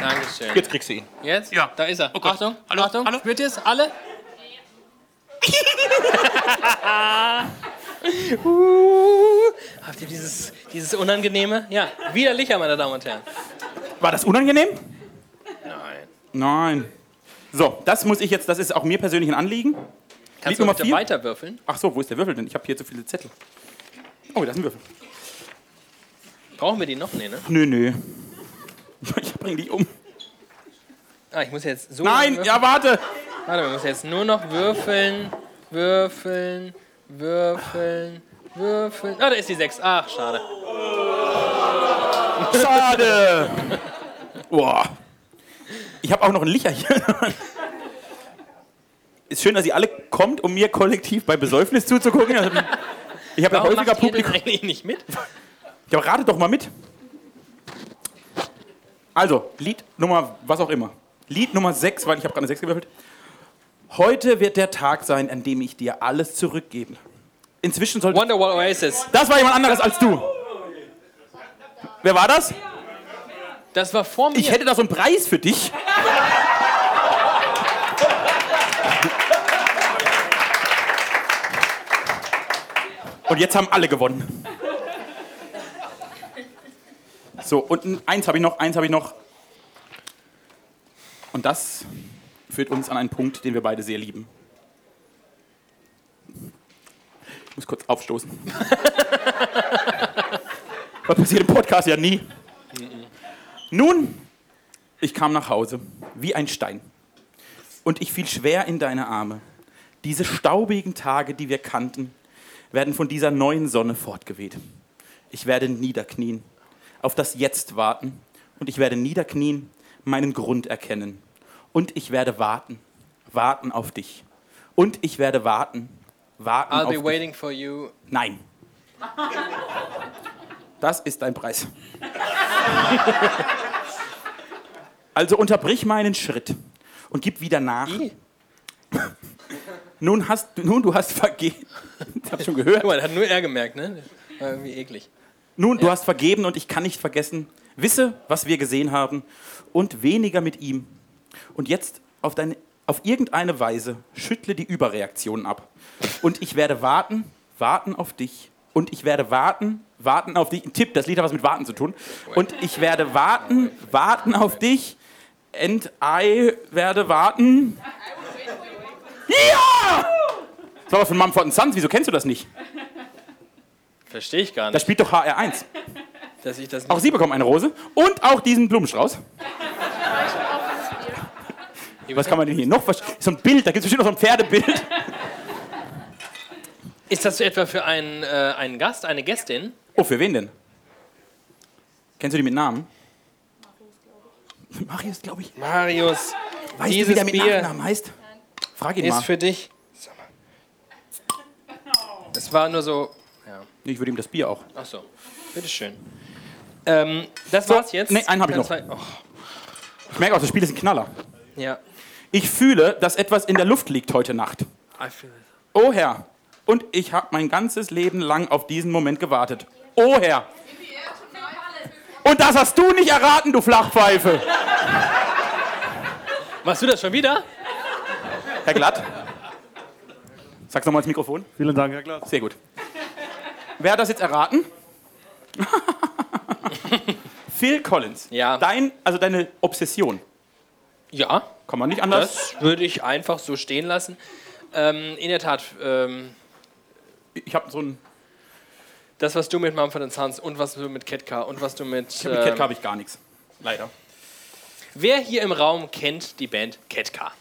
Speaker 2: Dankeschön.
Speaker 3: Jetzt kriegst du ihn.
Speaker 2: Jetzt?
Speaker 6: Ja.
Speaker 2: Da ist er.
Speaker 6: Oh Gott.
Speaker 2: Achtung,
Speaker 6: Hallo,
Speaker 2: Achtung.
Speaker 6: hallo?
Speaker 2: Spürt ihr es? Alle? uh, habt ihr dieses, dieses Unangenehme? Ja, widerlicher, meine Damen und Herren.
Speaker 3: War das unangenehm?
Speaker 2: Nein.
Speaker 3: Nein. So, das muss ich jetzt, das ist auch mir persönlich ein Anliegen.
Speaker 2: Kannst
Speaker 3: Lied
Speaker 2: du mal
Speaker 3: Nummer
Speaker 2: bitte
Speaker 3: vier?
Speaker 2: weiterwürfeln?
Speaker 3: Ach so, wo ist der Würfel denn? Ich habe hier zu viele Zettel. Oh, da ist ein Würfel.
Speaker 2: Brauchen wir die noch? Nee, ne?
Speaker 3: Nö, nö. [laughs] Ich bring dich um.
Speaker 2: Ah, ich muss jetzt so.
Speaker 3: Nein,
Speaker 2: würfeln.
Speaker 3: ja, warte.
Speaker 2: Warte, wir müssen jetzt nur noch würfeln, würfeln, würfeln, würfeln. Ah, da ist die 6. Ach, schade.
Speaker 3: Schade. Boah. Ich habe auch noch ein Licher hier. Ist schön, dass ihr alle kommt, um mir kollektiv bei Besäufnis zuzugucken.
Speaker 2: [laughs]
Speaker 3: Also, Ich habe ja
Speaker 2: Warum
Speaker 3: häufiger
Speaker 2: macht ihr denn
Speaker 3: Publikum.
Speaker 2: eigentlich nicht mit?
Speaker 3: Ja, rate doch mal mit. Also, Lied Nummer, was auch immer. Lied Nummer 6, weil ich habe gerade eine 6 gewürfelt. Heute wird der Tag sein, an dem ich dir alles zurückgebe. Inzwischen sollte...
Speaker 2: Wonderwall Oasis.
Speaker 3: Das war jemand anderes als du. Wer war das?
Speaker 2: Das war vor mir.
Speaker 3: Ich hätte da so einen Preis für dich. Und jetzt haben alle gewonnen. So, und n- eins habe ich noch, eins habe ich noch. Und das führt uns an einen Punkt, den wir beide sehr lieben. Ich muss kurz aufstoßen. [laughs] Was passiert im Podcast ja nie. Nun, ich kam nach Hause, wie ein Stein. Und ich fiel schwer in deine Arme. Diese staubigen Tage, die wir kannten, werden von dieser neuen Sonne fortgeweht. Ich werde niederknien, auf das Jetzt warten. Und ich werde niederknien, meinen Grund erkennen. Und ich werde warten, warten auf dich. Und ich werde warten, warten
Speaker 2: I'll
Speaker 3: auf
Speaker 2: be
Speaker 3: dich.
Speaker 2: waiting for you.
Speaker 3: Nein. Das ist dein Preis. Also unterbrich meinen Schritt und gib wieder nach.
Speaker 2: I?
Speaker 3: Nun hast du, nun du hast vergeben. Das hab ich schon gehört.
Speaker 2: Guck mal, das hat nur er gemerkt, ne? Das War irgendwie eklig.
Speaker 3: Nun du hast vergeben und ich kann nicht vergessen. Wisse, was wir gesehen haben und weniger mit ihm. Und jetzt auf deine auf irgendeine Weise schüttle die Überreaktionen ab. Und ich werde warten, warten auf dich. Und ich werde warten, warten auf dich. Ein Tipp, das Lied hat was mit Warten zu tun. Und ich werde warten, warten auf dich. And I werde warten. Ja! Das war doch von Mumford Sons. Wieso kennst du das nicht?
Speaker 2: Verstehe ich gar
Speaker 3: Das
Speaker 2: nicht,
Speaker 3: spielt doch HR1.
Speaker 2: dass ich das
Speaker 3: Auch
Speaker 2: nicht.
Speaker 3: Sie bekommen eine Rose und auch diesen
Speaker 2: [laughs]
Speaker 3: Blumenstrauß. Was kann man denn hier noch? versch- So ein Bild, da gibt es bestimmt noch so ein Pferdebild.
Speaker 2: [laughs] Ist das etwa für einen, äh, einen Gast, eine Gästin?
Speaker 3: Oh, für wen denn? Kennst du die mit Namen? Marius, glaube ich.
Speaker 2: Marius,
Speaker 3: Weißt du,
Speaker 2: Dieses
Speaker 3: wie der mit
Speaker 2: Bier.
Speaker 3: Nachnamen heißt? Frag ihn
Speaker 2: ist
Speaker 3: mal.
Speaker 2: für dich. Es war nur so. Ja.
Speaker 3: Ich würde ihm das Bier auch.
Speaker 2: Ach so, bitteschön. Ähm, das war's jetzt.
Speaker 3: nee, einen hab ich
Speaker 2: Ganz
Speaker 3: noch.
Speaker 2: weit- Och,
Speaker 3: Ich merke auch, das Spiel ist ein Knaller.
Speaker 2: ja.
Speaker 3: Ich fühle, dass etwas in der Luft liegt heute Nacht. Oh Herr, und ich habe mein ganzes Leben lang auf diesen Moment gewartet. Oh Herr. Und das hast du nicht erraten, du Flachpfeife.
Speaker 2: Machst du das schon wieder?
Speaker 3: Herr Glatt. Sag's nochmal ins Mikrofon.
Speaker 6: Vielen Dank, Herr Glatz.
Speaker 3: Sehr gut. Wer hat das jetzt
Speaker 6: [laughs]
Speaker 3: erraten? Phil Collins.
Speaker 2: Ja.
Speaker 3: Dein, also deine Obsession.
Speaker 2: Ja,
Speaker 3: Kann man nicht anders.
Speaker 2: das würde ich einfach so stehen lassen. Ähm, in der Tat, ähm,
Speaker 3: Ich habe so ein.
Speaker 2: das, was du mit Mumford Sons und was du mit Ketka und was du mit.
Speaker 3: Mit Cat
Speaker 2: ähm,
Speaker 3: habe ich gar nichts. Leider.
Speaker 2: wer hier im Raum kennt die Band Ketka?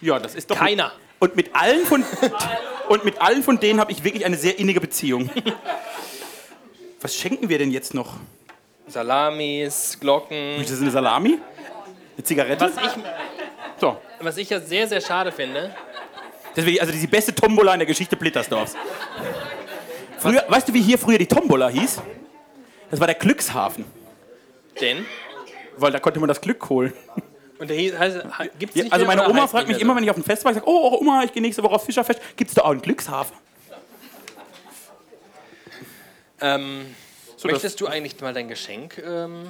Speaker 3: Ja, das ist doch.
Speaker 2: Keiner.
Speaker 3: Und mit allen von, und mit allen von denen habe ich wirklich eine sehr innige Beziehung. Was schenken wir denn jetzt noch?
Speaker 2: Salamis, Glocken.
Speaker 3: Ist das eine Salami? Eine Zigarette?
Speaker 2: Was ich,
Speaker 3: So.
Speaker 2: was ich ja sehr, sehr schade finde,
Speaker 3: Deswegen, also die beste Tombola in der Geschichte Blittersdorfs. Früher, weißt du, wie hier früher die Tombola hieß? Das war der Glückshafen,
Speaker 2: Denn?
Speaker 3: weil da konnte man das Glück holen.
Speaker 2: Und der hieß, heißt, ha- gibt's
Speaker 3: Ja,
Speaker 2: nicht
Speaker 3: also
Speaker 2: mehr
Speaker 3: meine
Speaker 2: oder
Speaker 3: Oma
Speaker 2: heißt
Speaker 3: fragt
Speaker 2: nicht
Speaker 3: mich
Speaker 2: mehr
Speaker 3: immer, wenn ich auf dem Fest war, ich sage, oh Oma, ich gehe nächste Woche aufs Fischerfest, gibt es da auch einen Glückshafen?
Speaker 2: so? Ähm,
Speaker 3: So, das-
Speaker 2: möchtest du eigentlich mal dein Geschenk? Ähm,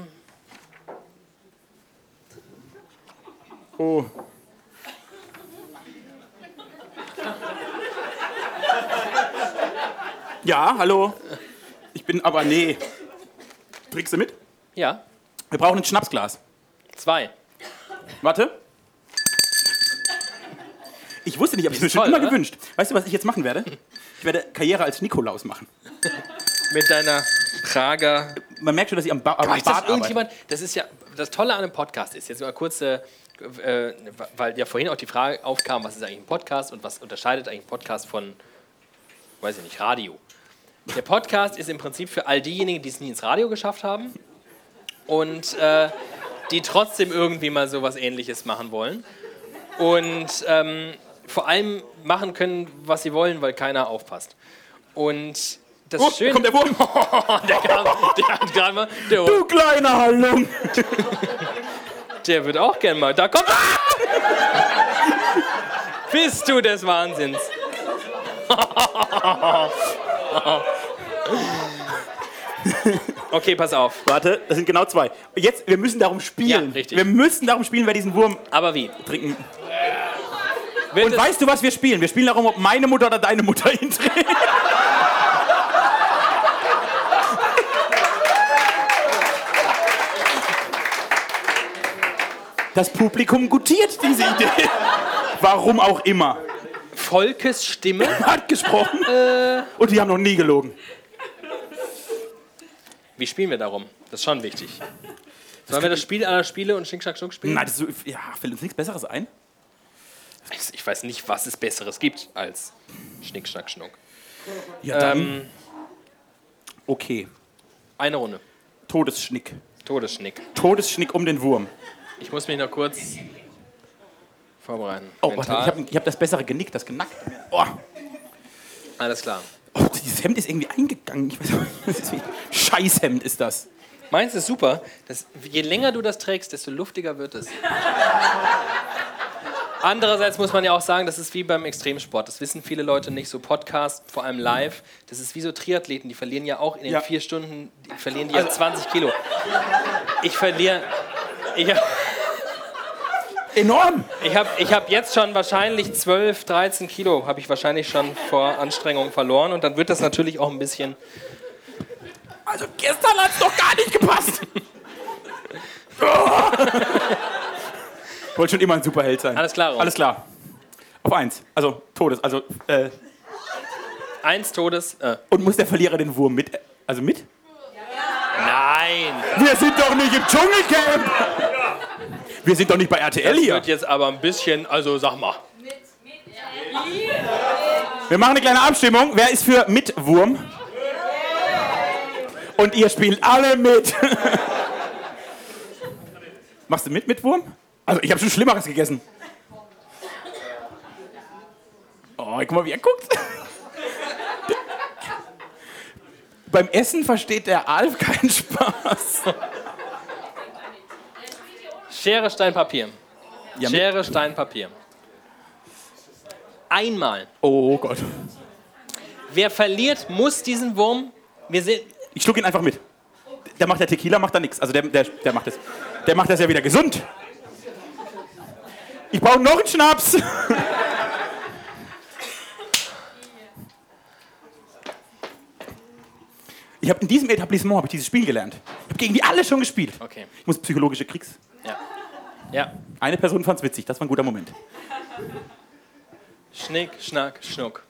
Speaker 3: Oh. Ja, hallo. Ich bin aber nee. Trinkst du mit?
Speaker 2: ja,
Speaker 3: Wir brauchen ein Schnapsglas.
Speaker 2: zwei.
Speaker 3: Warte. Ich wusste nicht, aber ich habe es mir schon
Speaker 2: toll,
Speaker 3: immer
Speaker 2: oder?
Speaker 3: gewünscht. Weißt du, was ich jetzt machen werde? Ich werde Karriere als Nikolaus machen.
Speaker 2: Mit deiner Prager.
Speaker 3: Man merkt schon, dass ich am, ba am
Speaker 2: Weiß das
Speaker 3: Bart arbeite.
Speaker 2: irgendjemand? Das ist ja das Tolle an einem Podcast ist jetzt mal kurz, äh, äh, weil ja vorhin auch die Frage aufkam, was ist eigentlich ein Podcast und was unterscheidet eigentlich ein Podcast von, weiß ich nicht, Radio. Der Podcast ist im Prinzip für all diejenigen, die es nie ins Radio geschafft haben und äh, die trotzdem irgendwie mal sowas Ähnliches machen wollen und ähm, vor allem machen können, was sie wollen, weil keiner aufpasst. Und das
Speaker 3: Oh,
Speaker 2: Schöne,
Speaker 3: kommt der Wurm.
Speaker 2: [laughs]
Speaker 3: Oh,
Speaker 2: der kam, der hat gerade mal, der
Speaker 3: Du kleiner Hallung.
Speaker 2: Der wird auch gern mal. Da kommt. Ah! Bist du des Wahnsinns? okay, pass auf.
Speaker 3: Warte, das sind genau zwei. Jetzt, wir müssen darum spielen.
Speaker 2: Ja, richtig.
Speaker 3: Wir müssen darum spielen, wer diesen Wurm
Speaker 2: Aber wie?
Speaker 3: trinken
Speaker 2: Wird
Speaker 3: Und
Speaker 2: es-
Speaker 3: weißt du, was wir spielen? Wir spielen darum, ob meine Mutter oder deine Mutter ihn trägt. Das Publikum gutiert diese Idee. Warum auch immer.
Speaker 2: Volkes Stimme?
Speaker 3: Hat gesprochen. Und die haben noch nie gelogen.
Speaker 2: Wie spielen wir darum? Das ist schon wichtig. Sollen wir das Spiel aller Spiele und Schnick, Schnack, Schnuck spielen?
Speaker 3: Nein, das ist, ja, fällt uns nichts Besseres ein.
Speaker 2: Ich- Ich weiß nicht, was es Besseres gibt als Schnick, Schnack, Schnuck.
Speaker 3: Ja, dann. Ähm, Okay.
Speaker 2: Eine Runde.
Speaker 3: Todesschnick.
Speaker 2: Todesschnick.
Speaker 3: Todesschnick um den Wurm.
Speaker 2: Ich muss mich noch kurz vorbereiten.
Speaker 3: Oh, warte,
Speaker 2: Mental.
Speaker 3: ich habe ich hab das bessere Genick, das genackt. Oh.
Speaker 2: Alles klar.
Speaker 3: Oh, dieses Hemd ist irgendwie eingegangen. Ich weiß auch nicht, [laughs] was das ist. Scheißhemd ist das.
Speaker 2: Meins ist super. Das, je länger du das trägst, desto luftiger wird es. Andererseits muss man ja auch sagen, das ist wie beim Extremsport. Das wissen viele Leute nicht. So Podcast, vor allem live, das ist wie so Triathleten. Die verlieren ja auch in den
Speaker 3: Ja.
Speaker 2: vier Stunden, die verlieren die ja 20 Kilo. Ich verliere. Ich,
Speaker 3: Enorm!
Speaker 2: ich habe ich hab jetzt schon wahrscheinlich 12, 13 Kilo, habe ich wahrscheinlich schon vor Anstrengung verloren. Und dann wird das natürlich auch ein bisschen.
Speaker 3: Also gestern hat's doch gar nicht [laughs] gepasst. Ich wollte schon immer ein Superheld sein.
Speaker 2: Alles klar, Ron.
Speaker 3: Alles klar. Auf eins. Also Todes. Also äh,
Speaker 2: Eins Todes. Äh,
Speaker 3: und muss der Verlierer den Wurm mit? Also mit?
Speaker 2: nein!
Speaker 3: Wir sind doch nicht im Dschungelcamp. Wir sind doch nicht bei RTL
Speaker 2: Das
Speaker 3: hier.
Speaker 2: wird jetzt aber ein bisschen. Also sag mal.
Speaker 3: Wir machen eine kleine Abstimmung. Wer ist für mit Wurm? Und ihr spielt alle mit. [laughs] Machst du mit mit Wurm? Also ich habe schon Schlimmeres gegessen. Oh, guck mal, wie er guckt. [laughs] Beim Essen versteht der Alf keinen Spaß.
Speaker 2: Schere, Stein, Papier.
Speaker 3: Ja, mit-
Speaker 2: Schere, Stein, Papier. Einmal.
Speaker 3: Oh Gott.
Speaker 2: Wer verliert, muss diesen Wurm. Wir sind.
Speaker 3: Ich schluck ihn einfach mit. Der macht der Tequila, macht da nichts. Also der, der, der macht das. Der macht das ja wieder gesund. Ich brauche noch einen Schnaps. Ich habe in diesem Etablissement habe ich dieses Spiel gelernt. Ich habe gegen die alle schon gespielt.
Speaker 2: Okay.
Speaker 3: Ich muss psychologische Kriegs.
Speaker 2: Ja. Ja.
Speaker 3: Eine Person fand es witzig. Das war ein guter Moment.
Speaker 2: Schnick, Schnack, Schnuck.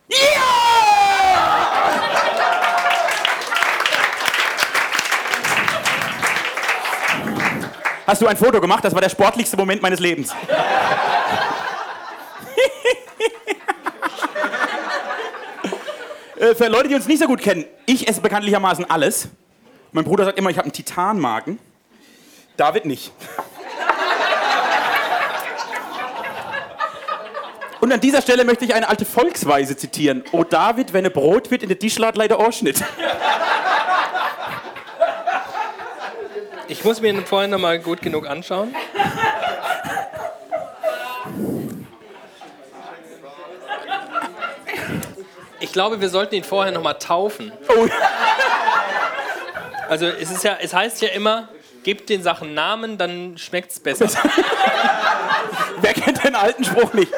Speaker 3: Hast du ein Foto gemacht? Das war der sportlichste Moment meines Lebens. [laughs] Äh, Für Leute, die uns nicht so gut kennen, ich esse bekanntlichermaßen alles. Mein Bruder sagt immer, ich habe einen Titanmagen. David nicht. Und an dieser Stelle möchte ich eine alte Volksweise zitieren. O David, wenn er Brot wird, in der Tischlad leider Ohrschnitt.
Speaker 2: Ich muss mir den vorhin nochmal gut genug anschauen. Ich glaube, wir sollten ihn vorher nochmal taufen.
Speaker 3: Oh.
Speaker 2: Also es, ist ja, es heißt ja immer, gebt den Sachen Namen, dann schmeckt es besser.
Speaker 3: [laughs] Wer kennt den alten Spruch nicht?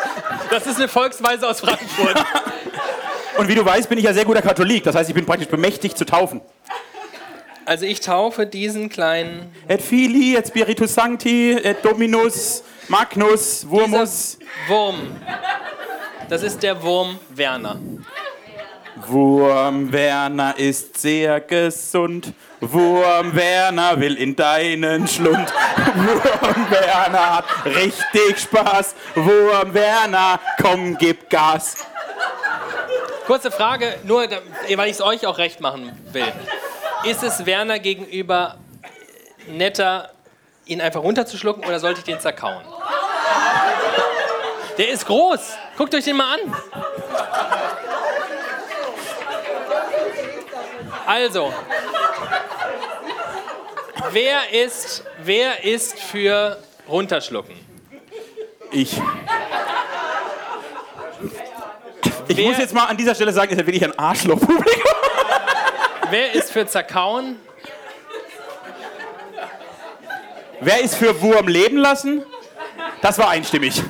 Speaker 2: Das ist eine Volksweise aus Frankfurt.
Speaker 3: Und wie du weißt, bin ich ja sehr guter Katholik. Das heißt, ich bin praktisch bemächtigt zu taufen.
Speaker 2: Also ich taufe diesen kleinen,
Speaker 3: Et Fili, et Spiritus Sancti, et Dominus, Magnus, Wurmus.
Speaker 2: Wurm. Das ist der Wurm Werner.
Speaker 3: Wurm Werner ist sehr gesund. Wurm Werner will in deinen Schlund. Wurm Werner hat richtig Spaß. Wurm Werner, komm, gib Gas.
Speaker 2: Kurze Frage, nur da- weil ich es euch auch recht machen will. Ist es Werner gegenüber netter, ihn einfach runterzuschlucken oder sollte ich den zerkauen? Der ist groß. Guckt euch den mal an. Also, wer ist, wer ist für runterschlucken?
Speaker 3: Ich. Ich
Speaker 2: Wer-
Speaker 3: muss jetzt mal an dieser Stelle sagen, ist ja wirklich ein Arschloch-Publikum.
Speaker 2: Wer ist für zerkauen?
Speaker 3: Wer ist für Wurm leben lassen? Das war einstimmig.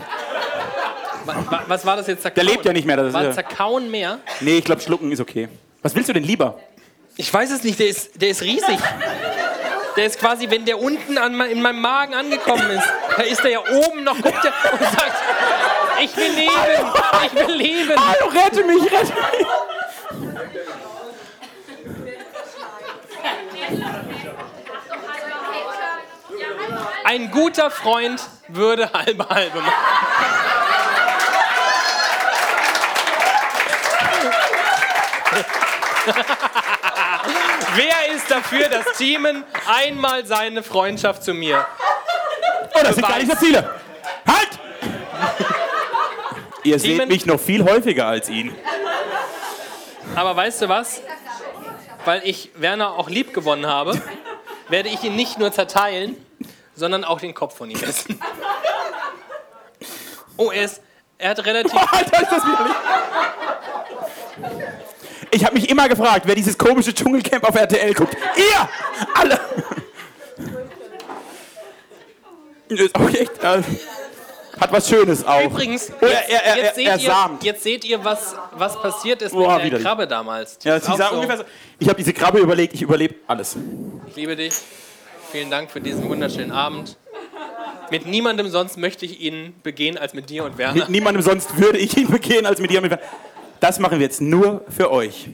Speaker 2: Wa- wa- Was war das jetzt?
Speaker 3: Der
Speaker 2: Zerkauen?
Speaker 3: lebt ja nicht mehr. Das ist
Speaker 2: War
Speaker 3: ja.
Speaker 2: zerkauen mehr?
Speaker 3: Nee, ich glaube, schlucken ist okay. Was willst du denn lieber?
Speaker 2: Ich weiß es nicht, der ist, der ist riesig. Der ist quasi, wenn der unten an, mein- in meinem Magen angekommen ist, da ist der ja oben noch, guckt der und sagt, ich will leben, ich will leben.
Speaker 3: Hallo, rette mich, rette mich!
Speaker 2: Ein guter Freund würde halbe halbe machen. Wer ist dafür, dass Teamen einmal seine Freundschaft zu mir?
Speaker 3: Oh, das sind gar nicht so viele. Halt! Ihr seht
Speaker 2: Simon?
Speaker 3: mich noch viel häufiger als [laughs] ihn.
Speaker 2: Aber weißt du was? Weil ich Werner auch lieb gewonnen habe, werde ich ihn nicht nur zerteilen, sondern auch den Kopf von ihm essen. Oh, er ist. Er hat relativ.
Speaker 3: Boah, Oh, Alter, ist das widerlich. Ich habe mich immer gefragt, wer dieses komische Dschungelcamp auf RTL guckt. Ihr! Alle! Ist auch echt. Äh, hat was Schönes auch.
Speaker 2: Übrigens,
Speaker 3: Oh,
Speaker 2: jetzt,
Speaker 3: er, er, er,
Speaker 2: jetzt,
Speaker 3: er, er
Speaker 2: seht ihr,
Speaker 3: samt.
Speaker 2: jetzt seht ihr, was, was passiert ist
Speaker 3: Boah,
Speaker 2: mit der
Speaker 3: widerlich.
Speaker 2: Krabbe damals. Die
Speaker 3: Ja,
Speaker 2: ist
Speaker 3: sie
Speaker 2: auch
Speaker 3: sah
Speaker 2: so,
Speaker 3: ungefähr so. Ich habe diese Krabbe überlegt, ich überlebe alles.
Speaker 2: Ich liebe dich. Vielen Dank für diesen wunderschönen Abend. Mit niemandem sonst möchte ich ihn begehen als mit dir und Werner.
Speaker 3: Mit niemandem sonst würde ich ihn begehen als mit dir. Das machen wir jetzt nur für euch.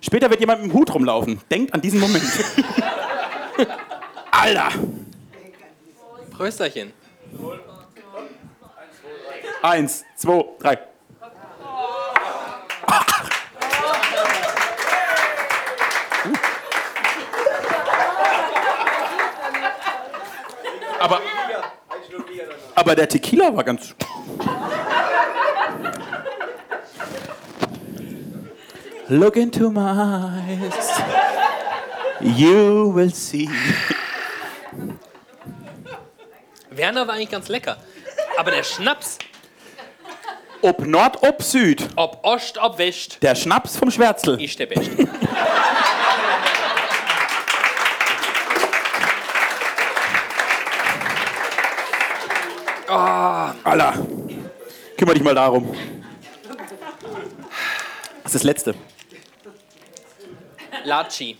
Speaker 3: Später wird jemand mit dem Hut rumlaufen. Denkt an
Speaker 2: [laughs]
Speaker 3: diesen Moment. Alter!
Speaker 2: Prösterchen.
Speaker 3: Eins, zwei, drei. Aber, aber der Tequila war ganz. Look into my eyes. You will see.
Speaker 2: Werner war eigentlich ganz lecker. Aber der Schnaps,
Speaker 3: Ob Nord, ob Süd.
Speaker 2: ob Ost, ob West,
Speaker 3: Der Schnaps vom Schwärzel.
Speaker 2: ist der Beste.
Speaker 3: Alla, kümmere dich mal darum. Das ist das Letzte.
Speaker 2: Latschi.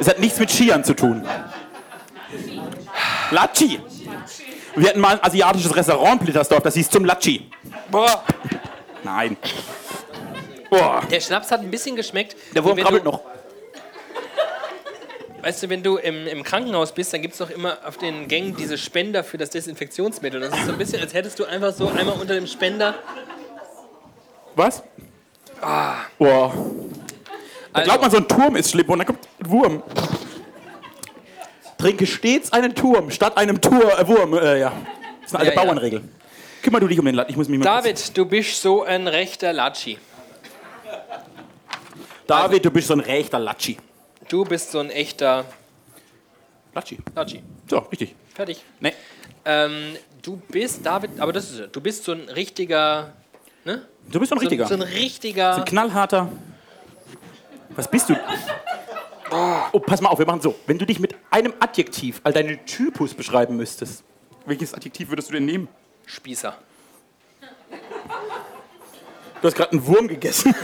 Speaker 3: Es hat nichts mit Skiern zu tun. Latschi. Wir hatten mal ein asiatisches Restaurant in Plittersdorf, das hieß zum Latschi.
Speaker 2: Boah.
Speaker 3: Nein. Boah,
Speaker 2: Der Schnaps hat ein bisschen geschmeckt.
Speaker 3: der Wurm
Speaker 2: Wenn
Speaker 3: krabbelt
Speaker 2: du,
Speaker 3: noch.
Speaker 2: Weißt du, wenn du im, im Krankenhaus bist, dann gibt es doch immer auf den Gängen diese Spender für das Desinfektionsmittel. Das ist so ein bisschen, als hättest du einfach so einmal unter dem Spender.
Speaker 3: Was? Ah. Boah. Da
Speaker 2: Also,
Speaker 3: glaubt man, so ein Turm ist schlimm und dann kommt ein Wurm. Trinke stets einen Turm statt einem Tur äh, Wurm. Äh, ja. Das ist eine
Speaker 2: Ja,
Speaker 3: alte
Speaker 2: ja.
Speaker 3: Bauernregel. Kümmer du dich um den Latt. Ich muss mich mal kurz-
Speaker 2: David, du bist so ein rechter Latschi.
Speaker 3: David, du bist so ein rechter Latschi.
Speaker 2: Du bist so ein echter
Speaker 3: Latschi.
Speaker 2: Latschi.
Speaker 3: So, richtig.
Speaker 2: Fertig.
Speaker 3: Nee.
Speaker 2: Ähm, du bist, David, aber das ist es. Du bist so ein richtiger.
Speaker 3: Du bist so
Speaker 2: So ein,
Speaker 3: ein richtiger.
Speaker 2: so ein richtiger.
Speaker 3: Ein knallharter. Was bist du? Oh, pass mal auf, wir machen so. Wenn du dich mit einem Adjektiv all deinen Typus beschreiben müsstest, welches Adjektiv würdest du denn nehmen?
Speaker 2: Spießer.
Speaker 3: Du hast gerade einen Wurm [laughs] gegessen.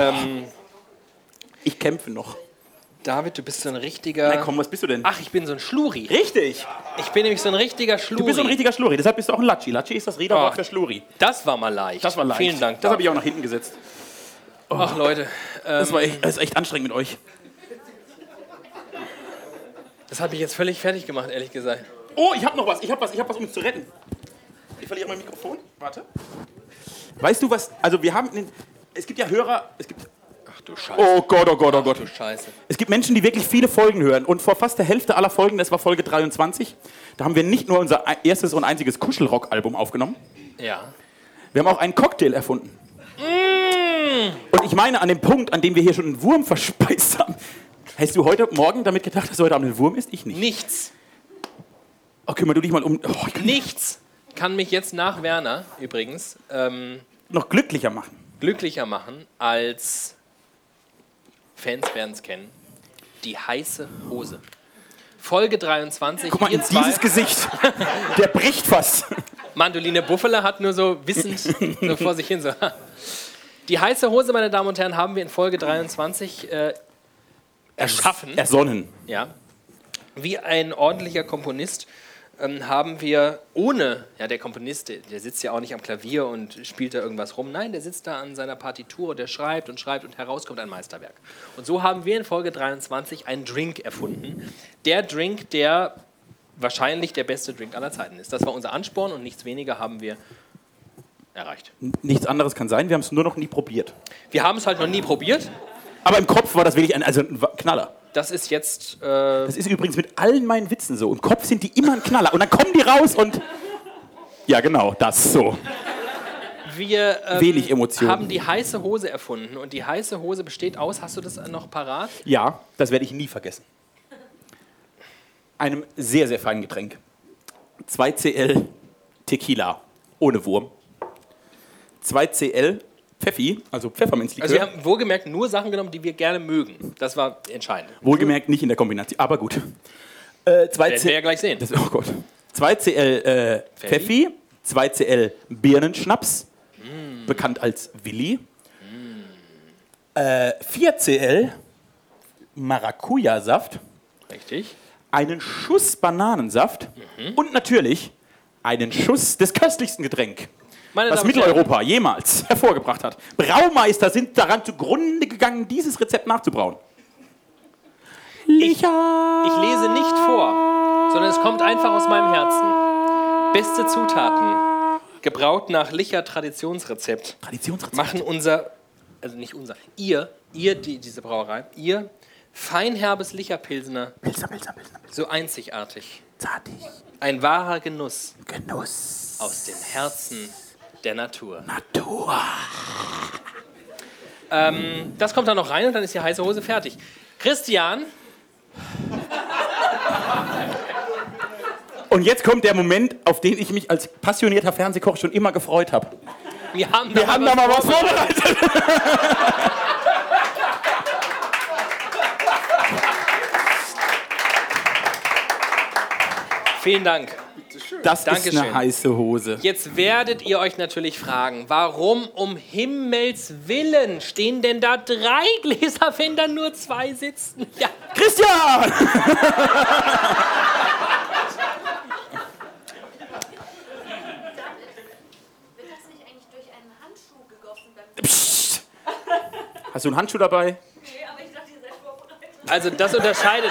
Speaker 3: Ähm, ich kämpfe noch.
Speaker 2: David, du bist so ein richtiger.
Speaker 3: Na komm, was bist du denn?
Speaker 2: Ach, ich bin so ein Schluri.
Speaker 3: richtig.
Speaker 2: Ich bin nämlich so ein richtiger Schluri.
Speaker 3: Du bist so ein richtiger Schluri, Ah. deshalb bist du auch ein Latschi. Latschi ist das Räderwort
Speaker 2: Ach.
Speaker 3: für Schluri.
Speaker 2: das war mal leicht.
Speaker 3: Das war leicht.
Speaker 2: Vielen Dank.
Speaker 3: Das habe
Speaker 2: David.
Speaker 3: ich auch nach hinten gesetzt.
Speaker 2: Ach, Leute. Ähm,
Speaker 3: Das war echt, das ist echt anstrengend mit euch.
Speaker 2: das hat mich jetzt völlig fertig gemacht, ehrlich gesagt.
Speaker 3: Oh, ich habe noch was. Ich habe was. Ich habe was, um mich zu retten. Ich verliere mein Mikrofon. Warte. Weißt du was? Also wir haben, einen, es gibt ja Hörer. Es gibt.
Speaker 2: Ach du Scheiße.
Speaker 3: Oh Gott, oh Gott, oh Gott.
Speaker 2: Du Scheiße.
Speaker 3: Es gibt Menschen, die wirklich viele Folgen hören. Und vor fast der Hälfte aller Folgen, das war Folge 23, da haben wir nicht nur unser erstes und einziges Kuschelrock-Album aufgenommen.
Speaker 2: Ja.
Speaker 3: Wir haben auch einen Cocktail erfunden. Und ich meine, an dem Punkt, an dem wir hier schon einen Wurm [laughs] verspeist haben, hast du heute Morgen damit gedacht, dass du heute Abend ein Wurm ist? Ich nicht.
Speaker 2: Nichts.
Speaker 3: Oh, kümmere du dich mal um. Oh, ich kann
Speaker 2: Nichts kann mich jetzt nach Werner übrigens ähm,
Speaker 3: noch glücklicher machen.
Speaker 2: glücklicher machen, als Fans werden es kennen. Die heiße Hose. Folge 23.
Speaker 3: Guck mal, in dieses Gesicht. Der bricht fast.
Speaker 2: Mandoline Buffele hat nur so wissend
Speaker 3: [laughs]
Speaker 2: so vor sich hin so. ha. Die heiße Hose, meine Damen und Herren, haben wir in Folge 23 äh, erschaffen.
Speaker 3: Ersonnen.
Speaker 2: Ja. Wie ein ordentlicher Komponist ähm, haben wir ohne, ja, der Komponist, der, der sitzt ja auch nicht am Klavier und spielt da irgendwas rum. Nein, der sitzt da an seiner Partitur, der schreibt und schreibt und herauskommt ein Meisterwerk. Und so haben wir in Folge 23 einen Drink erfunden. Der Drink, der wahrscheinlich der beste Drink aller Zeiten ist. Das war unser Ansporn und nichts weniger haben wir erreicht.
Speaker 3: Nichts anderes kann sein, wir haben es nur noch nie probiert.
Speaker 2: Wir haben es halt noch nie probiert.
Speaker 3: Aber im Kopf war das wirklich ein, also ein Wa- Knaller.
Speaker 2: Das ist jetzt. Äh,
Speaker 3: Das ist übrigens mit allen meinen Witzen so. Im Kopf sind die immer ein Knaller. Und dann kommen die raus und. Ja, genau, das so.
Speaker 2: Wir ähm,
Speaker 3: Wenig Emotionen.
Speaker 2: haben die heiße Hose erfunden und die heiße Hose besteht aus, hast du das noch parat?
Speaker 3: Ja, das werde ich nie vergessen. Einem sehr, sehr feinen Getränk. 2CL Tequila ohne Wurm. 2CL Pfeffi, also Pfefferminzlikör.
Speaker 2: Also wir haben wohlgemerkt nur Sachen genommen, die wir gerne mögen. Das war entscheidend.
Speaker 3: Wohlgemerkt nicht in der Kombination, aber gut. Äh,
Speaker 2: Werden wir ja
Speaker 3: 2C
Speaker 2: gleich sehen.
Speaker 3: das, oh Gott. 2CL äh, Pfeffi, 2CL Birnenschnaps, bekannt als Willi. Äh, 4CL Maracuja-Saft,
Speaker 2: Richtig.
Speaker 3: einen Schuss Bananensaft und natürlich einen Schuss des köstlichsten Getränk,
Speaker 2: Meine
Speaker 3: was
Speaker 2: Damen und Herren,
Speaker 3: Mitteleuropa jemals [laughs] hervorgebracht hat. Braumeister sind daran zugrunde gegangen, dieses Rezept nachzubrauen. Licher!
Speaker 2: Ich lese nicht vor, sondern es kommt einfach aus meinem Herzen. Beste Zutaten, gebraut nach Licher Traditionsrezept,
Speaker 3: Traditionsrezept.
Speaker 2: machen unser, also nicht unser, ihr, ihr, die, diese Brauerei, ihr feinherbes Licher Pilsener
Speaker 3: Pilsner, Pilsner, Pilsner, Pilsner.
Speaker 2: so einzigartig.
Speaker 3: Zartig.
Speaker 2: Ein wahrer Genuss.
Speaker 3: Genuss.
Speaker 2: aus dem Herzen der Natur.
Speaker 3: Natur.
Speaker 2: Das kommt dann noch rein und dann ist die heiße Hose fertig. Christian,
Speaker 3: Und jetzt kommt der Moment, auf den ich mich als passionierter Fernsehkoch schon immer gefreut habe.
Speaker 2: wir haben
Speaker 3: Wir haben da mal was vorbereitet.
Speaker 2: Vielen Dank.
Speaker 3: Das ist
Speaker 2: Dankeschön.
Speaker 3: eine heiße Hose.
Speaker 2: Jetzt werdet ihr euch natürlich fragen, warum um Himmels Willen stehen denn da drei Gläser, wenn da nur zwei sitzen? Ja,
Speaker 3: Christian!
Speaker 5: Wird das nicht eigentlich durch einen Handschuh gegossen? Dann
Speaker 3: Psst. Hast du einen Handschuh dabei?
Speaker 5: nee, aber ich dachte, ihr seid vorbereitet.
Speaker 2: also das unterscheidet.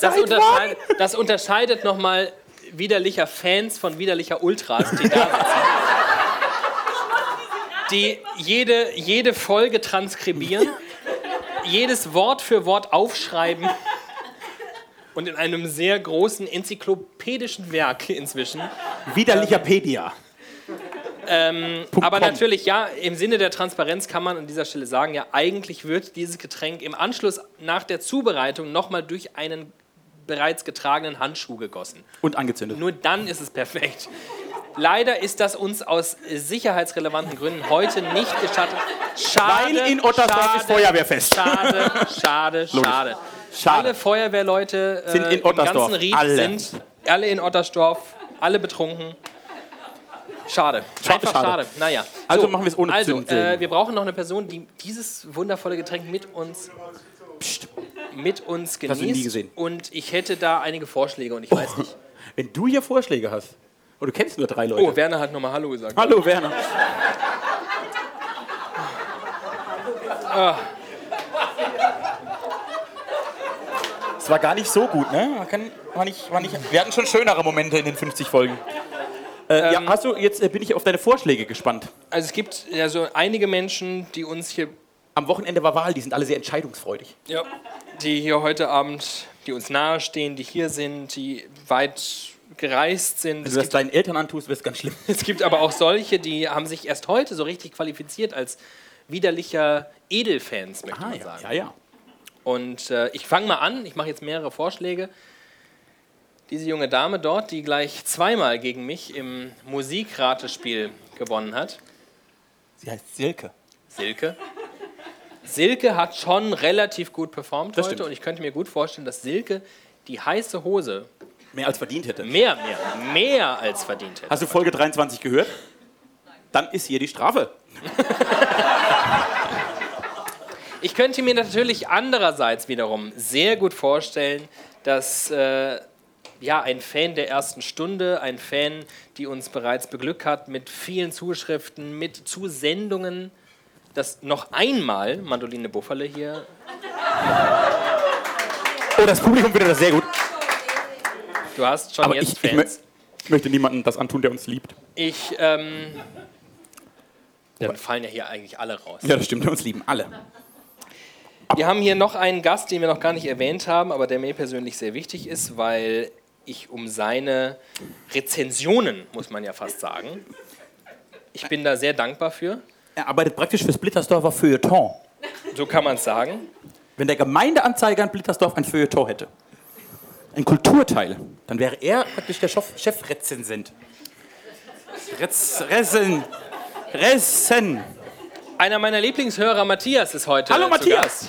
Speaker 2: Das unterscheidet, das unterscheidet nochmal widerlicher Fans von widerlicher Ultras, die da sitzen. Die jede, jede Folge transkribieren jedes Wort für Wort aufschreiben und in einem sehr großen enzyklopädischen Werk inzwischen.
Speaker 3: Widerlicherpedia. Punkt
Speaker 2: Aber
Speaker 3: com.
Speaker 2: natürlich, ja, im Sinne der Transparenz kann man an dieser Stelle sagen, ja, eigentlich wird dieses Getränk im Anschluss nach der Zubereitung nochmal durch einen bereits getragenen Handschuh gegossen.
Speaker 3: Und angezündet.
Speaker 2: Nur dann ist es perfekt. Leider ist das uns aus sicherheitsrelevanten Gründen heute nicht gestattet. Schade,
Speaker 3: Weil in Ottersberg
Speaker 2: schade,
Speaker 3: ist Feuerwehrfest.
Speaker 2: Schade,
Speaker 3: [laughs]
Speaker 2: schade, schade. Alle
Speaker 3: Schade.
Speaker 2: Feuerwehrleute äh,
Speaker 3: Sind in
Speaker 2: im
Speaker 3: Ottersdorf.
Speaker 2: ganzen Ried
Speaker 3: Alle.
Speaker 2: sind alle in Ottersdorf, alle betrunken. Schade.
Speaker 3: Schade,
Speaker 2: Einfach schade.
Speaker 3: schade.
Speaker 2: Naja.
Speaker 3: Also machen wir es ohne
Speaker 2: Also,
Speaker 3: Zündsägen.
Speaker 2: äh, wir brauchen noch eine Person, die dieses wundervolle Getränk mit uns mit uns
Speaker 3: hast
Speaker 2: genießt.
Speaker 3: du nie gesehen.
Speaker 2: Und ich hätte da einige Vorschläge und ich weiß nicht.
Speaker 3: Wenn du hier Vorschläge hast, und du kennst nur drei Leute.
Speaker 2: Oh, Werner hat nochmal Hallo gesagt.
Speaker 3: Hallo Werner. Ah. Es war gar nicht so gut, ne? Man kann, war nicht, war nicht, wir hatten schon schönere Momente in den 50 Folgen. Äh, ja, hast du, jetzt äh, bin ich auf deine Vorschläge gespannt.
Speaker 2: Also es gibt ja so einige Menschen, die uns hier,
Speaker 3: Am Wochenende war Wahl, die sind alle sehr entscheidungsfreudig. Also,
Speaker 2: ja, die hier heute Abend, die uns nahestehen, die hier sind, die weit gereist sind.
Speaker 3: Wenn
Speaker 2: Es
Speaker 3: du Also das
Speaker 2: gibt,
Speaker 3: deinen Eltern antust, wird es ganz schlimm.
Speaker 2: es gibt aber auch solche, die haben sich erst heute so richtig qualifiziert als widerlicher Edelfans, möchte man sagen.
Speaker 3: Ah, ja.
Speaker 2: Und äh, ich fange mal an, ich mache jetzt mehrere Vorschläge. Diese junge Dame dort, die gleich zweimal gegen mich im Musikratespiel gewonnen hat.
Speaker 3: Sie heißt Silke.
Speaker 2: Silke. Silke hat schon relativ gut performt
Speaker 3: Das
Speaker 2: heute
Speaker 3: stimmt.
Speaker 2: und ich könnte mir gut vorstellen, dass Silke die heiße Hose
Speaker 3: Mehr als verdient hätte.
Speaker 2: mehr, mehr, mehr als verdient hätte.
Speaker 3: Hast du Folge 23 gehört? Dann ist hier die Strafe.
Speaker 2: Ich könnte mir natürlich andererseits wiederum sehr gut vorstellen, dass äh, ja, ein Fan der ersten Stunde, ein Fan, die uns bereits beglückt hat mit vielen Zuschriften, mit Zusendungen, dass noch einmal Mandoline Buffale hier
Speaker 3: Oh, das Publikum findet das sehr gut.
Speaker 2: Du hast schon
Speaker 3: Aber
Speaker 2: jetzt
Speaker 3: ich, ich mö
Speaker 2: Fans.
Speaker 3: möchte niemandem das antun, der uns liebt.
Speaker 2: Ich, ähm. Dann fallen ja hier eigentlich alle raus.
Speaker 3: Ja, das stimmt, der uns lieben alle.
Speaker 2: Wir haben hier noch einen Gast, den wir noch gar nicht erwähnt haben, aber der mir persönlich sehr wichtig ist, weil ich um seine Rezensionen, muss man ja fast sagen, ich bin da sehr dankbar für.
Speaker 3: Er arbeitet praktisch fürs Blittersdorfer Feuilleton.
Speaker 2: So kann man es sagen.
Speaker 3: Wenn der Gemeindeanzeiger in Blittersdorf ein Feuilleton hätte, ein Kulturteil, dann wäre er praktisch der Schof- Chefrezensent. Rez, Resen. Resen.
Speaker 2: Einer meiner Lieblingshörer, Matthias, ist heute
Speaker 3: Hallo
Speaker 2: zu
Speaker 3: Matthias.
Speaker 2: Gast.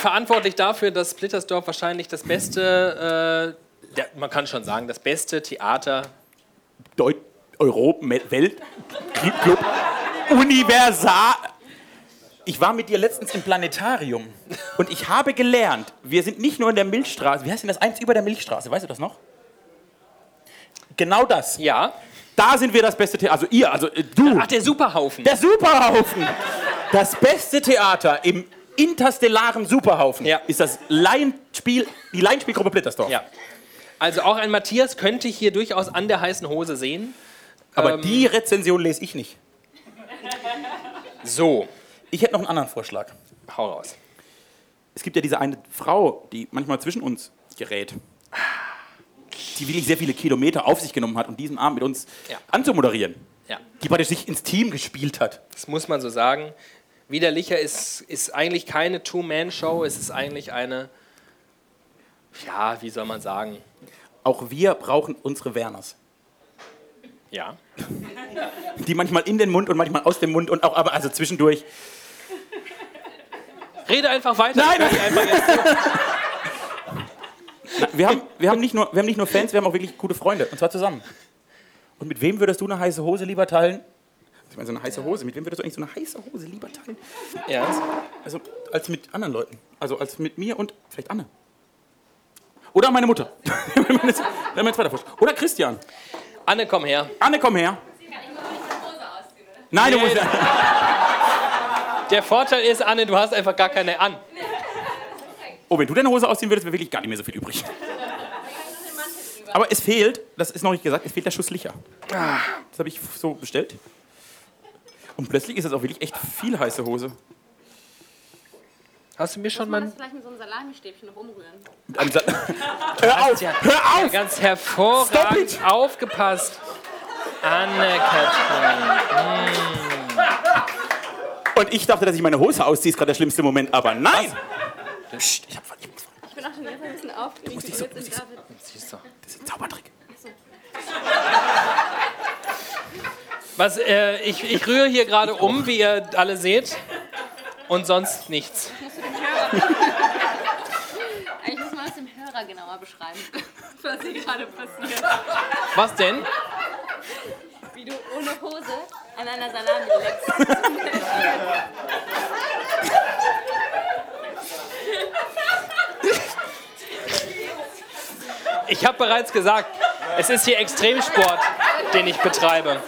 Speaker 2: Verantwortlich dafür, dass Splittersdorf wahrscheinlich das beste, äh, der, man kann schon sagen, das beste Theater
Speaker 3: Deut Europa, Me- Welt, Club, Club, Universal. Ich war mit dir letztens im Planetarium und ich habe gelernt, wir sind nicht nur in der Milchstraße. Wie heißt denn das? Eins über der Milchstraße, weißt du das noch? Genau das.
Speaker 2: Ja.
Speaker 3: Da sind wir das beste Theater. Also ihr, also äh, du.
Speaker 2: Ach, der Superhaufen.
Speaker 3: Der Superhaufen! Das beste Theater im interstellaren Superhaufen
Speaker 2: Ja.
Speaker 3: ist das Laienspiel, die Laienspielgruppe Blittersdorf.
Speaker 2: Ja. Also auch ein Matthias könnte ich hier durchaus an der heißen Hose sehen. Ähm.
Speaker 3: Aber die Rezension lese ich nicht.
Speaker 2: So,
Speaker 3: Ich hätte noch einen anderen Vorschlag.
Speaker 2: hau raus.
Speaker 3: Es gibt ja diese eine Frau, die manchmal zwischen uns gerät. Die wirklich sehr viele Kilometer auf sich genommen hat, um diesen Abend mit uns
Speaker 2: Ja.
Speaker 3: anzumoderieren.
Speaker 2: Ja,
Speaker 3: Die praktisch sich ins Team gespielt hat.
Speaker 2: das muss man so sagen. Widerlicher ist, ist eigentlich keine Two-Man-Show, es ist eigentlich eine, ja, wie soll man sagen,
Speaker 3: Auch wir brauchen unsere Werners.
Speaker 2: ja.
Speaker 3: Die manchmal in den Mund und manchmal aus dem Mund und auch, aber also zwischendurch
Speaker 2: Rede einfach weiter.
Speaker 3: Nein,
Speaker 2: Ich höre dich einfach jetzt.
Speaker 3: Wir haben, wir, haben nicht nur, wir haben nicht nur Fans, wir haben auch wirklich gute Freunde. Und zwar zusammen. Und mit wem würdest du eine heiße Hose lieber teilen? Ich meine, so eine heiße Hose. Mit wem würdest du eigentlich so eine heiße Hose lieber teilen?
Speaker 2: ja.
Speaker 3: Also, als mit anderen Leuten. Also, als mit mir und vielleicht Anne. Oder meine Mutter. [laughs] Wenn man jetzt- wenn man jetzt weiterforscht. Oder Christian.
Speaker 2: Anne, komm her.
Speaker 3: Anne, komm her. Nein, du musst.
Speaker 2: Der Vorteil ist, Anne, du hast einfach gar keine an.
Speaker 3: Oh, wenn du deine Hose ausziehen würdest, wäre wirklich gar nicht mehr so viel übrig. Aber es fehlt, das ist noch nicht gesagt, es fehlt der Schuss Licher. Das habe ich so bestellt. Und plötzlich ist das auch wirklich echt viel heiße Hose.
Speaker 2: Hast du mir schon
Speaker 6: Kann man
Speaker 2: mal
Speaker 6: das vielleicht mit so einem Salamistäbchen noch umrühren?
Speaker 3: Mit einem Sa [laughs] Hör auf!
Speaker 2: ja-
Speaker 3: Hör auf!
Speaker 2: ganz hervorragend
Speaker 3: it!
Speaker 2: aufgepasst? Anne-Kathrin.
Speaker 3: Und ich dachte, dass ich meine Hose ausziehe, ist gerade der schlimmste Moment, aber nein! Psst, ich hab verliebt.
Speaker 6: Ich bin auch schon jetzt ein bisschen aufgeregt.
Speaker 3: ich
Speaker 6: wie
Speaker 3: so-
Speaker 6: jetzt in David.
Speaker 2: Siehst du.
Speaker 3: Das ist ein Zaubertrick.
Speaker 2: Was, äh, ich, ich rühre hier gerade um, wie ihr alle seht. Und sonst nichts.
Speaker 6: Eigentlich muss man das dem Hörer genauer beschreiben, [laughs] was hier gerade passiert.
Speaker 2: Was denn?
Speaker 6: Wie du ohne Hose an einer Salami leckst.
Speaker 2: Ich habe bereits gesagt, es ist hier Extremsport, den ich betreibe.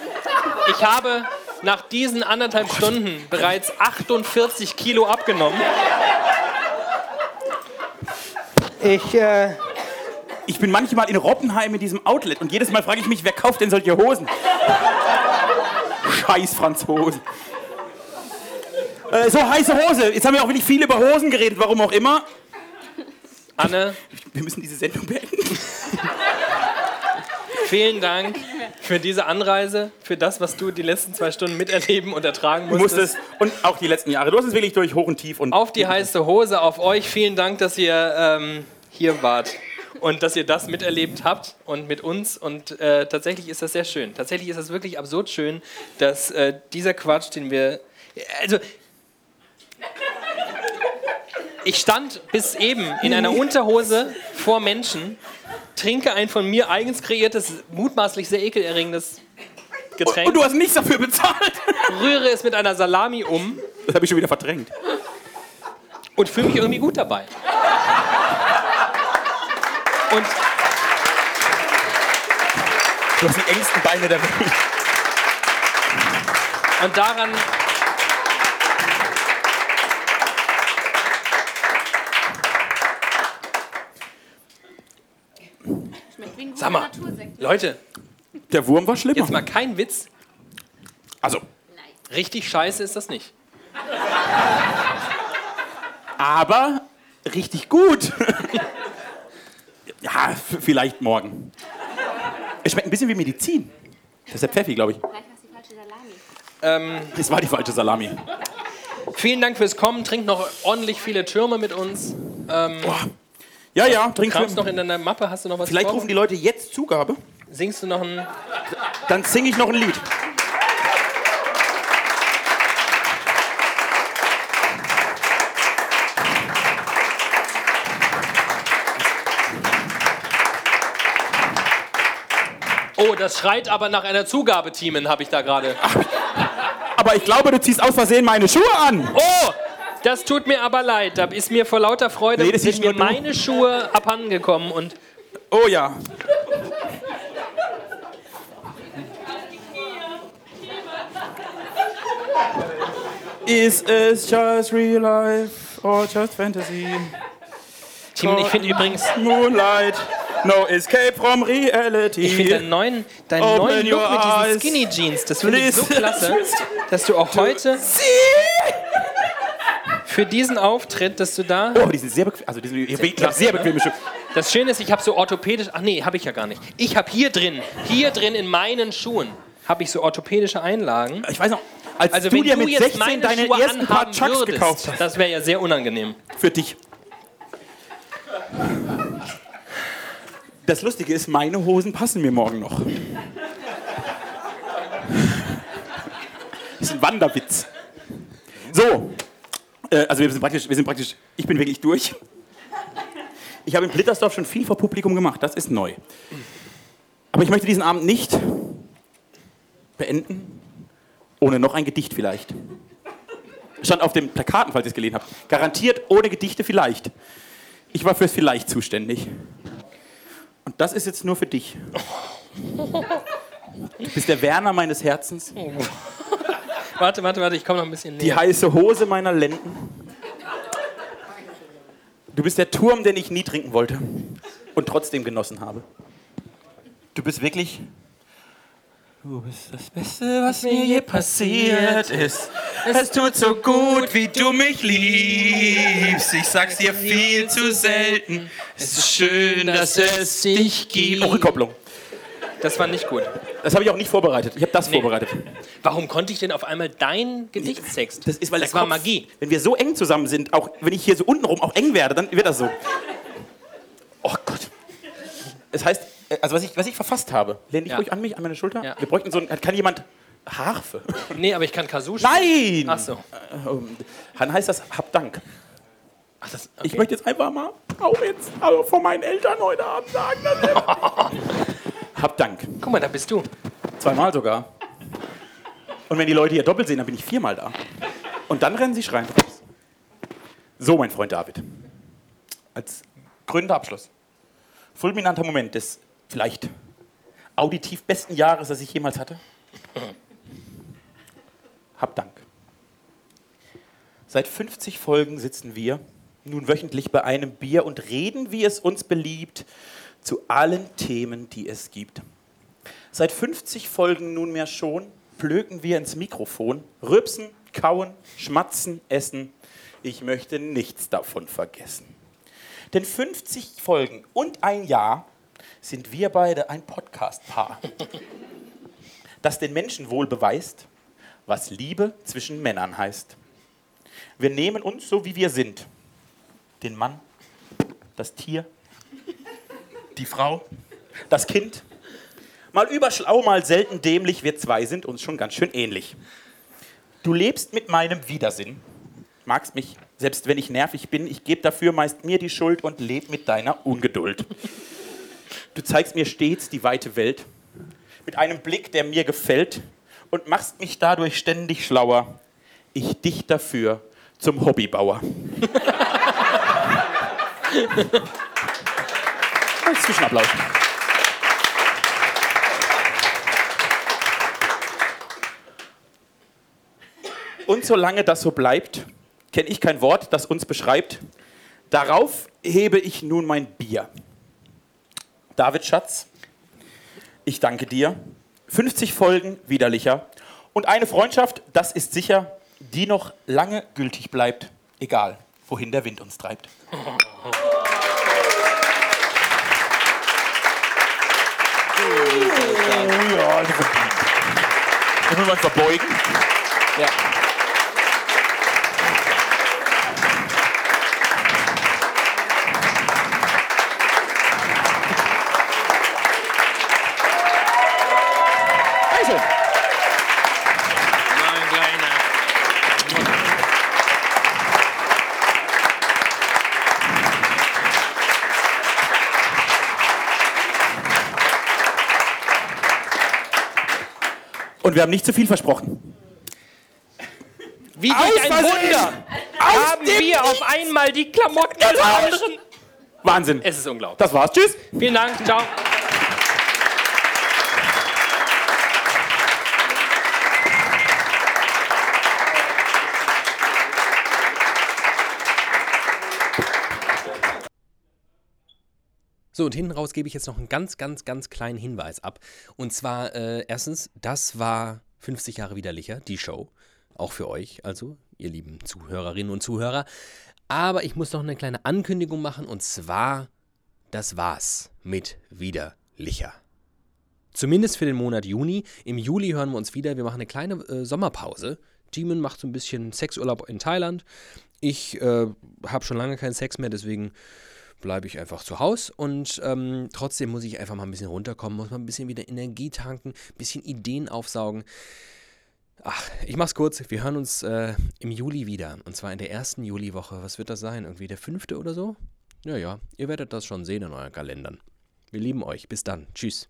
Speaker 2: Ich habe nach diesen anderthalb Stunden bereits 48 Kilo abgenommen.
Speaker 7: Ich, äh,
Speaker 3: Ich bin manchmal in Robbenheim in diesem Outlet und jedes Mal frage ich mich, wer kauft denn solche Hosen? Scheiß Franzosen. Äh, so heiße Hose. Jetzt haben wir auch wirklich viel über Hosen geredet, warum auch immer.
Speaker 2: Anne,
Speaker 3: Wir müssen diese Sendung beenden.
Speaker 2: vielen Dank für diese Anreise, für das, was du die letzten zwei Stunden miterleben und ertragen
Speaker 3: Du musstest
Speaker 2: musstest.
Speaker 3: und auch die letzten Jahre. Du hast es wirklich durch hoch und tief und
Speaker 2: Auf die heiße Hose, auf euch. Vielen Dank, dass ihr ähm, hier wart und dass ihr das miterlebt habt und mit uns. Und äh, tatsächlich ist das sehr schön. Tatsächlich ist das wirklich absurd schön, dass äh, dieser Quatsch, den wir. Also. Ich stand bis eben in einer Unterhose vor Menschen, trinke ein von mir eigens kreiertes, mutmaßlich sehr ekelerregendes Getränk,
Speaker 3: und du hast nichts dafür bezahlt.
Speaker 2: rühre es mit einer Salami um
Speaker 3: Das habe ich schon wieder verdrängt.
Speaker 2: und fühle mich irgendwie gut dabei. Und
Speaker 3: Du hast die engsten Beine der Welt.
Speaker 2: Und daran.
Speaker 6: Schmeckt wie ein guter
Speaker 2: Sag mal,
Speaker 6: Natursekt.
Speaker 2: Leute,
Speaker 3: Der Wurm war schlimmer.
Speaker 2: jetzt mal kein Witz.
Speaker 3: Also,
Speaker 2: Richtig scheiße ist das nicht.
Speaker 3: aber richtig gut. ja, f- vielleicht morgen. Es schmeckt ein bisschen wie Medizin. Das ist der Pfeffi, glaube ich.
Speaker 6: Vielleicht war es die falsche Salami.
Speaker 3: Das war die falsche Salami.
Speaker 2: Vielen Dank fürs Kommen. Trinkt noch ordentlich viele Türme mit uns.
Speaker 3: Boah. Ja, ja, trink
Speaker 2: Kramst noch in deiner Mappe? Hast du noch was
Speaker 3: Vielleicht
Speaker 2: vor?
Speaker 3: rufen die Leute jetzt Zugabe.
Speaker 2: Singst du noch ein.
Speaker 3: Dann singe ich noch ein Lied.
Speaker 2: Oh, das schreit aber nach einer Zugabe, Teamen, habe ich da gerade.
Speaker 3: Aber ich glaube, du ziehst aus Versehen meine Schuhe an.
Speaker 2: Oh! Das tut mir aber leid. Da ist mir vor lauter Freude
Speaker 3: Nee, das
Speaker 2: sind
Speaker 3: siehst
Speaker 2: mir
Speaker 3: nur du.
Speaker 2: meine Schuhe abhandengekommen. Und
Speaker 3: Oh ja. Is it just real life or just fantasy?
Speaker 2: Teamen, ich finde übrigens,
Speaker 3: Moonlight, no escape from reality.
Speaker 2: Ich finde deinen neuen, deinen
Speaker 3: Open
Speaker 2: neuen Look
Speaker 3: your
Speaker 2: mit diesen
Speaker 3: eyes.
Speaker 2: Skinny Jeans, das finde ich so
Speaker 3: Please.
Speaker 2: klasse, dass du auch heute
Speaker 3: See?
Speaker 2: für diesen Auftritt, dass du da.
Speaker 3: Oh, die sind sehr bequem. Also, die sind ich hab sehr bequeme Schuhe.
Speaker 2: Das Schöne ist, ich habe so orthopädisch. Ach nee, habe ich ja gar nicht. Ich habe hier drin, hier drin in meinen Schuhen, habe ich so orthopädische Einlagen.
Speaker 3: Ich weiß noch, als
Speaker 2: Also
Speaker 3: du
Speaker 2: wenn
Speaker 3: dir
Speaker 2: du
Speaker 3: mit
Speaker 2: jetzt
Speaker 3: 16
Speaker 2: meine
Speaker 3: deine
Speaker 2: Schuhe
Speaker 3: ersten paar
Speaker 2: anhaben
Speaker 3: Chucks
Speaker 2: würdest,
Speaker 3: gekauft hast.
Speaker 2: das wäre ja sehr unangenehm.
Speaker 3: Für dich. Das Lustige ist, meine Hosen passen mir morgen noch. Das ist ein Wanderwitz. So, äh, also wir sind praktisch, wir sind praktisch, ich bin wirklich durch. Ich habe in Blittersdorf schon viel vor Publikum gemacht, das ist neu. Aber ich möchte diesen Abend nicht beenden, ohne noch ein Gedicht vielleicht. Stand auf den Plakaten, falls ihr es gelesen habt. Garantiert ohne Gedichte vielleicht. Ich war fürs Vielleicht zuständig. Und das ist jetzt nur für dich. Du bist der Werner meines Herzens,
Speaker 2: Warte, warte, warte, ich komme noch ein bisschen
Speaker 3: die
Speaker 2: näher.
Speaker 3: heiße Hose meiner Lenden. Du bist der Turm, den ich nie trinken wollte und trotzdem genossen habe. Du bist wirklich Du bist das Beste, was mir je passiert ist. Es tut so gut, wie du mich liebst. Ich sag's dir viel zu selten. Es ist schön, dass es dich gibt. Oh, Rückkopplung.
Speaker 2: Das war nicht gut.
Speaker 3: Das habe ich auch nicht vorbereitet. Ich habe das vorbereitet.
Speaker 2: Warum konnte ich denn auf einmal deinen Gedichtstext?
Speaker 3: Das ist, weil
Speaker 2: das
Speaker 3: der
Speaker 2: war
Speaker 3: Kopf,
Speaker 2: Magie.
Speaker 3: Wenn wir so eng zusammen sind, auch wenn ich hier so untenrum auch eng werde, dann wird das so. Oh Gott. Es heißt, äh, also was ich, was ich verfasst habe, lehn dich
Speaker 2: Ja.
Speaker 3: ruhig an mich, an meine Schulter.
Speaker 2: Ja.
Speaker 3: Wir bräuchten so einen, kann jemand Harfe?
Speaker 2: Nee, aber ich kann Kazoo spielen.
Speaker 3: Nein!
Speaker 2: Ach so.
Speaker 3: Ähm, Dann heißt das, hab Dank.
Speaker 2: Ach, das,
Speaker 3: Ich möchte jetzt einfach mal, auch jetzt, also vor meinen Eltern heute Abend sagen, dass ich- Hab Dank.
Speaker 2: Guck mal, da bist du.
Speaker 3: Zweimal sogar. Und wenn die Leute hier doppelt sehen, dann bin ich viermal da. Und dann rennen sie schreiend raus. So, mein Freund David. Als krönender Abschluss. Fulminanter Moment des vielleicht auditiv besten Jahres, das ich jemals hatte. Hab Dank. Seit 50 Folgen sitzen wir nun wöchentlich bei einem Bier und reden, wie es uns beliebt, zu allen Themen, die es gibt. Seit 50 Folgen nunmehr schon blöken wir ins Mikrofon, rübsen, kauen, schmatzen, essen. Ich möchte nichts davon vergessen. Denn 50 Folgen und ein Jahr sind wir beide ein Podcast-Paar, das den Menschen wohl beweist, was Liebe zwischen Männern heißt. Wir nehmen uns so, wie wir sind. Den Mann, das Tier, die Frau, das Kind, Mal überschlau, mal selten dämlich, wir zwei sind uns schon ganz schön ähnlich. Du lebst mit meinem Widersinn, magst mich, selbst wenn ich nervig bin, ich gebe dafür meist mir die Schuld und leb mit deiner Ungeduld. Du zeigst mir stets die weite Welt, mit einem Blick, der mir gefällt, und machst mich dadurch ständig schlauer. Ich dich dafür zum Hobbybauer. Als Zwischenapplaus. Und solange das so bleibt, kenne ich kein Wort, das uns beschreibt. Darauf hebe ich nun mein Bier. David Schatz, ich danke dir. 50 Folgen widerlicher und eine Freundschaft, das ist sicher, die noch lange gültig bleibt, egal wohin der Wind uns treibt. Ja, das muss man verbeugen.
Speaker 2: Ja.
Speaker 3: Dankeschön.
Speaker 2: Mein Kleiner.
Speaker 3: Und wir haben nicht zu viel versprochen.
Speaker 2: Wie durch ein Wunder haben wir auf einmal die Klamotten
Speaker 3: Genau!
Speaker 2: des anderen.
Speaker 3: Wahnsinn.
Speaker 2: Es ist unglaublich.
Speaker 3: Das war's. Tschüss.
Speaker 2: Vielen Dank. Ciao.
Speaker 1: So, und hinten raus gebe ich jetzt noch einen ganz, ganz, ganz kleinen Hinweis ab. Und zwar, äh, erstens, das war 50 Jahre widerlicher, die Show. Auch für euch, also, ihr lieben Zuhörerinnen und Zuhörer. Aber ich muss noch eine kleine Ankündigung machen, und zwar, das war's mit widerlicher. Zumindest für den Monat Juni. Im Juli hören wir uns wieder. Wir machen eine kleine äh, Sommerpause. Demon macht so ein bisschen Sexurlaub in Thailand. Ich äh, habe schon lange keinen Sex mehr, deswegen bleibe ich einfach zu Hause und ähm, trotzdem muss ich einfach mal ein bisschen runterkommen, muss mal ein bisschen wieder Energie tanken, ein bisschen Ideen aufsaugen. Ach, ich mach's kurz. Wir hören uns äh, im Juli wieder und zwar in der ersten Juliwoche. Was wird das sein? Irgendwie der fünfte oder so? Ja, ja, ihr werdet das schon sehen in euren Kalendern. Wir lieben euch. Bis dann. Tschüss.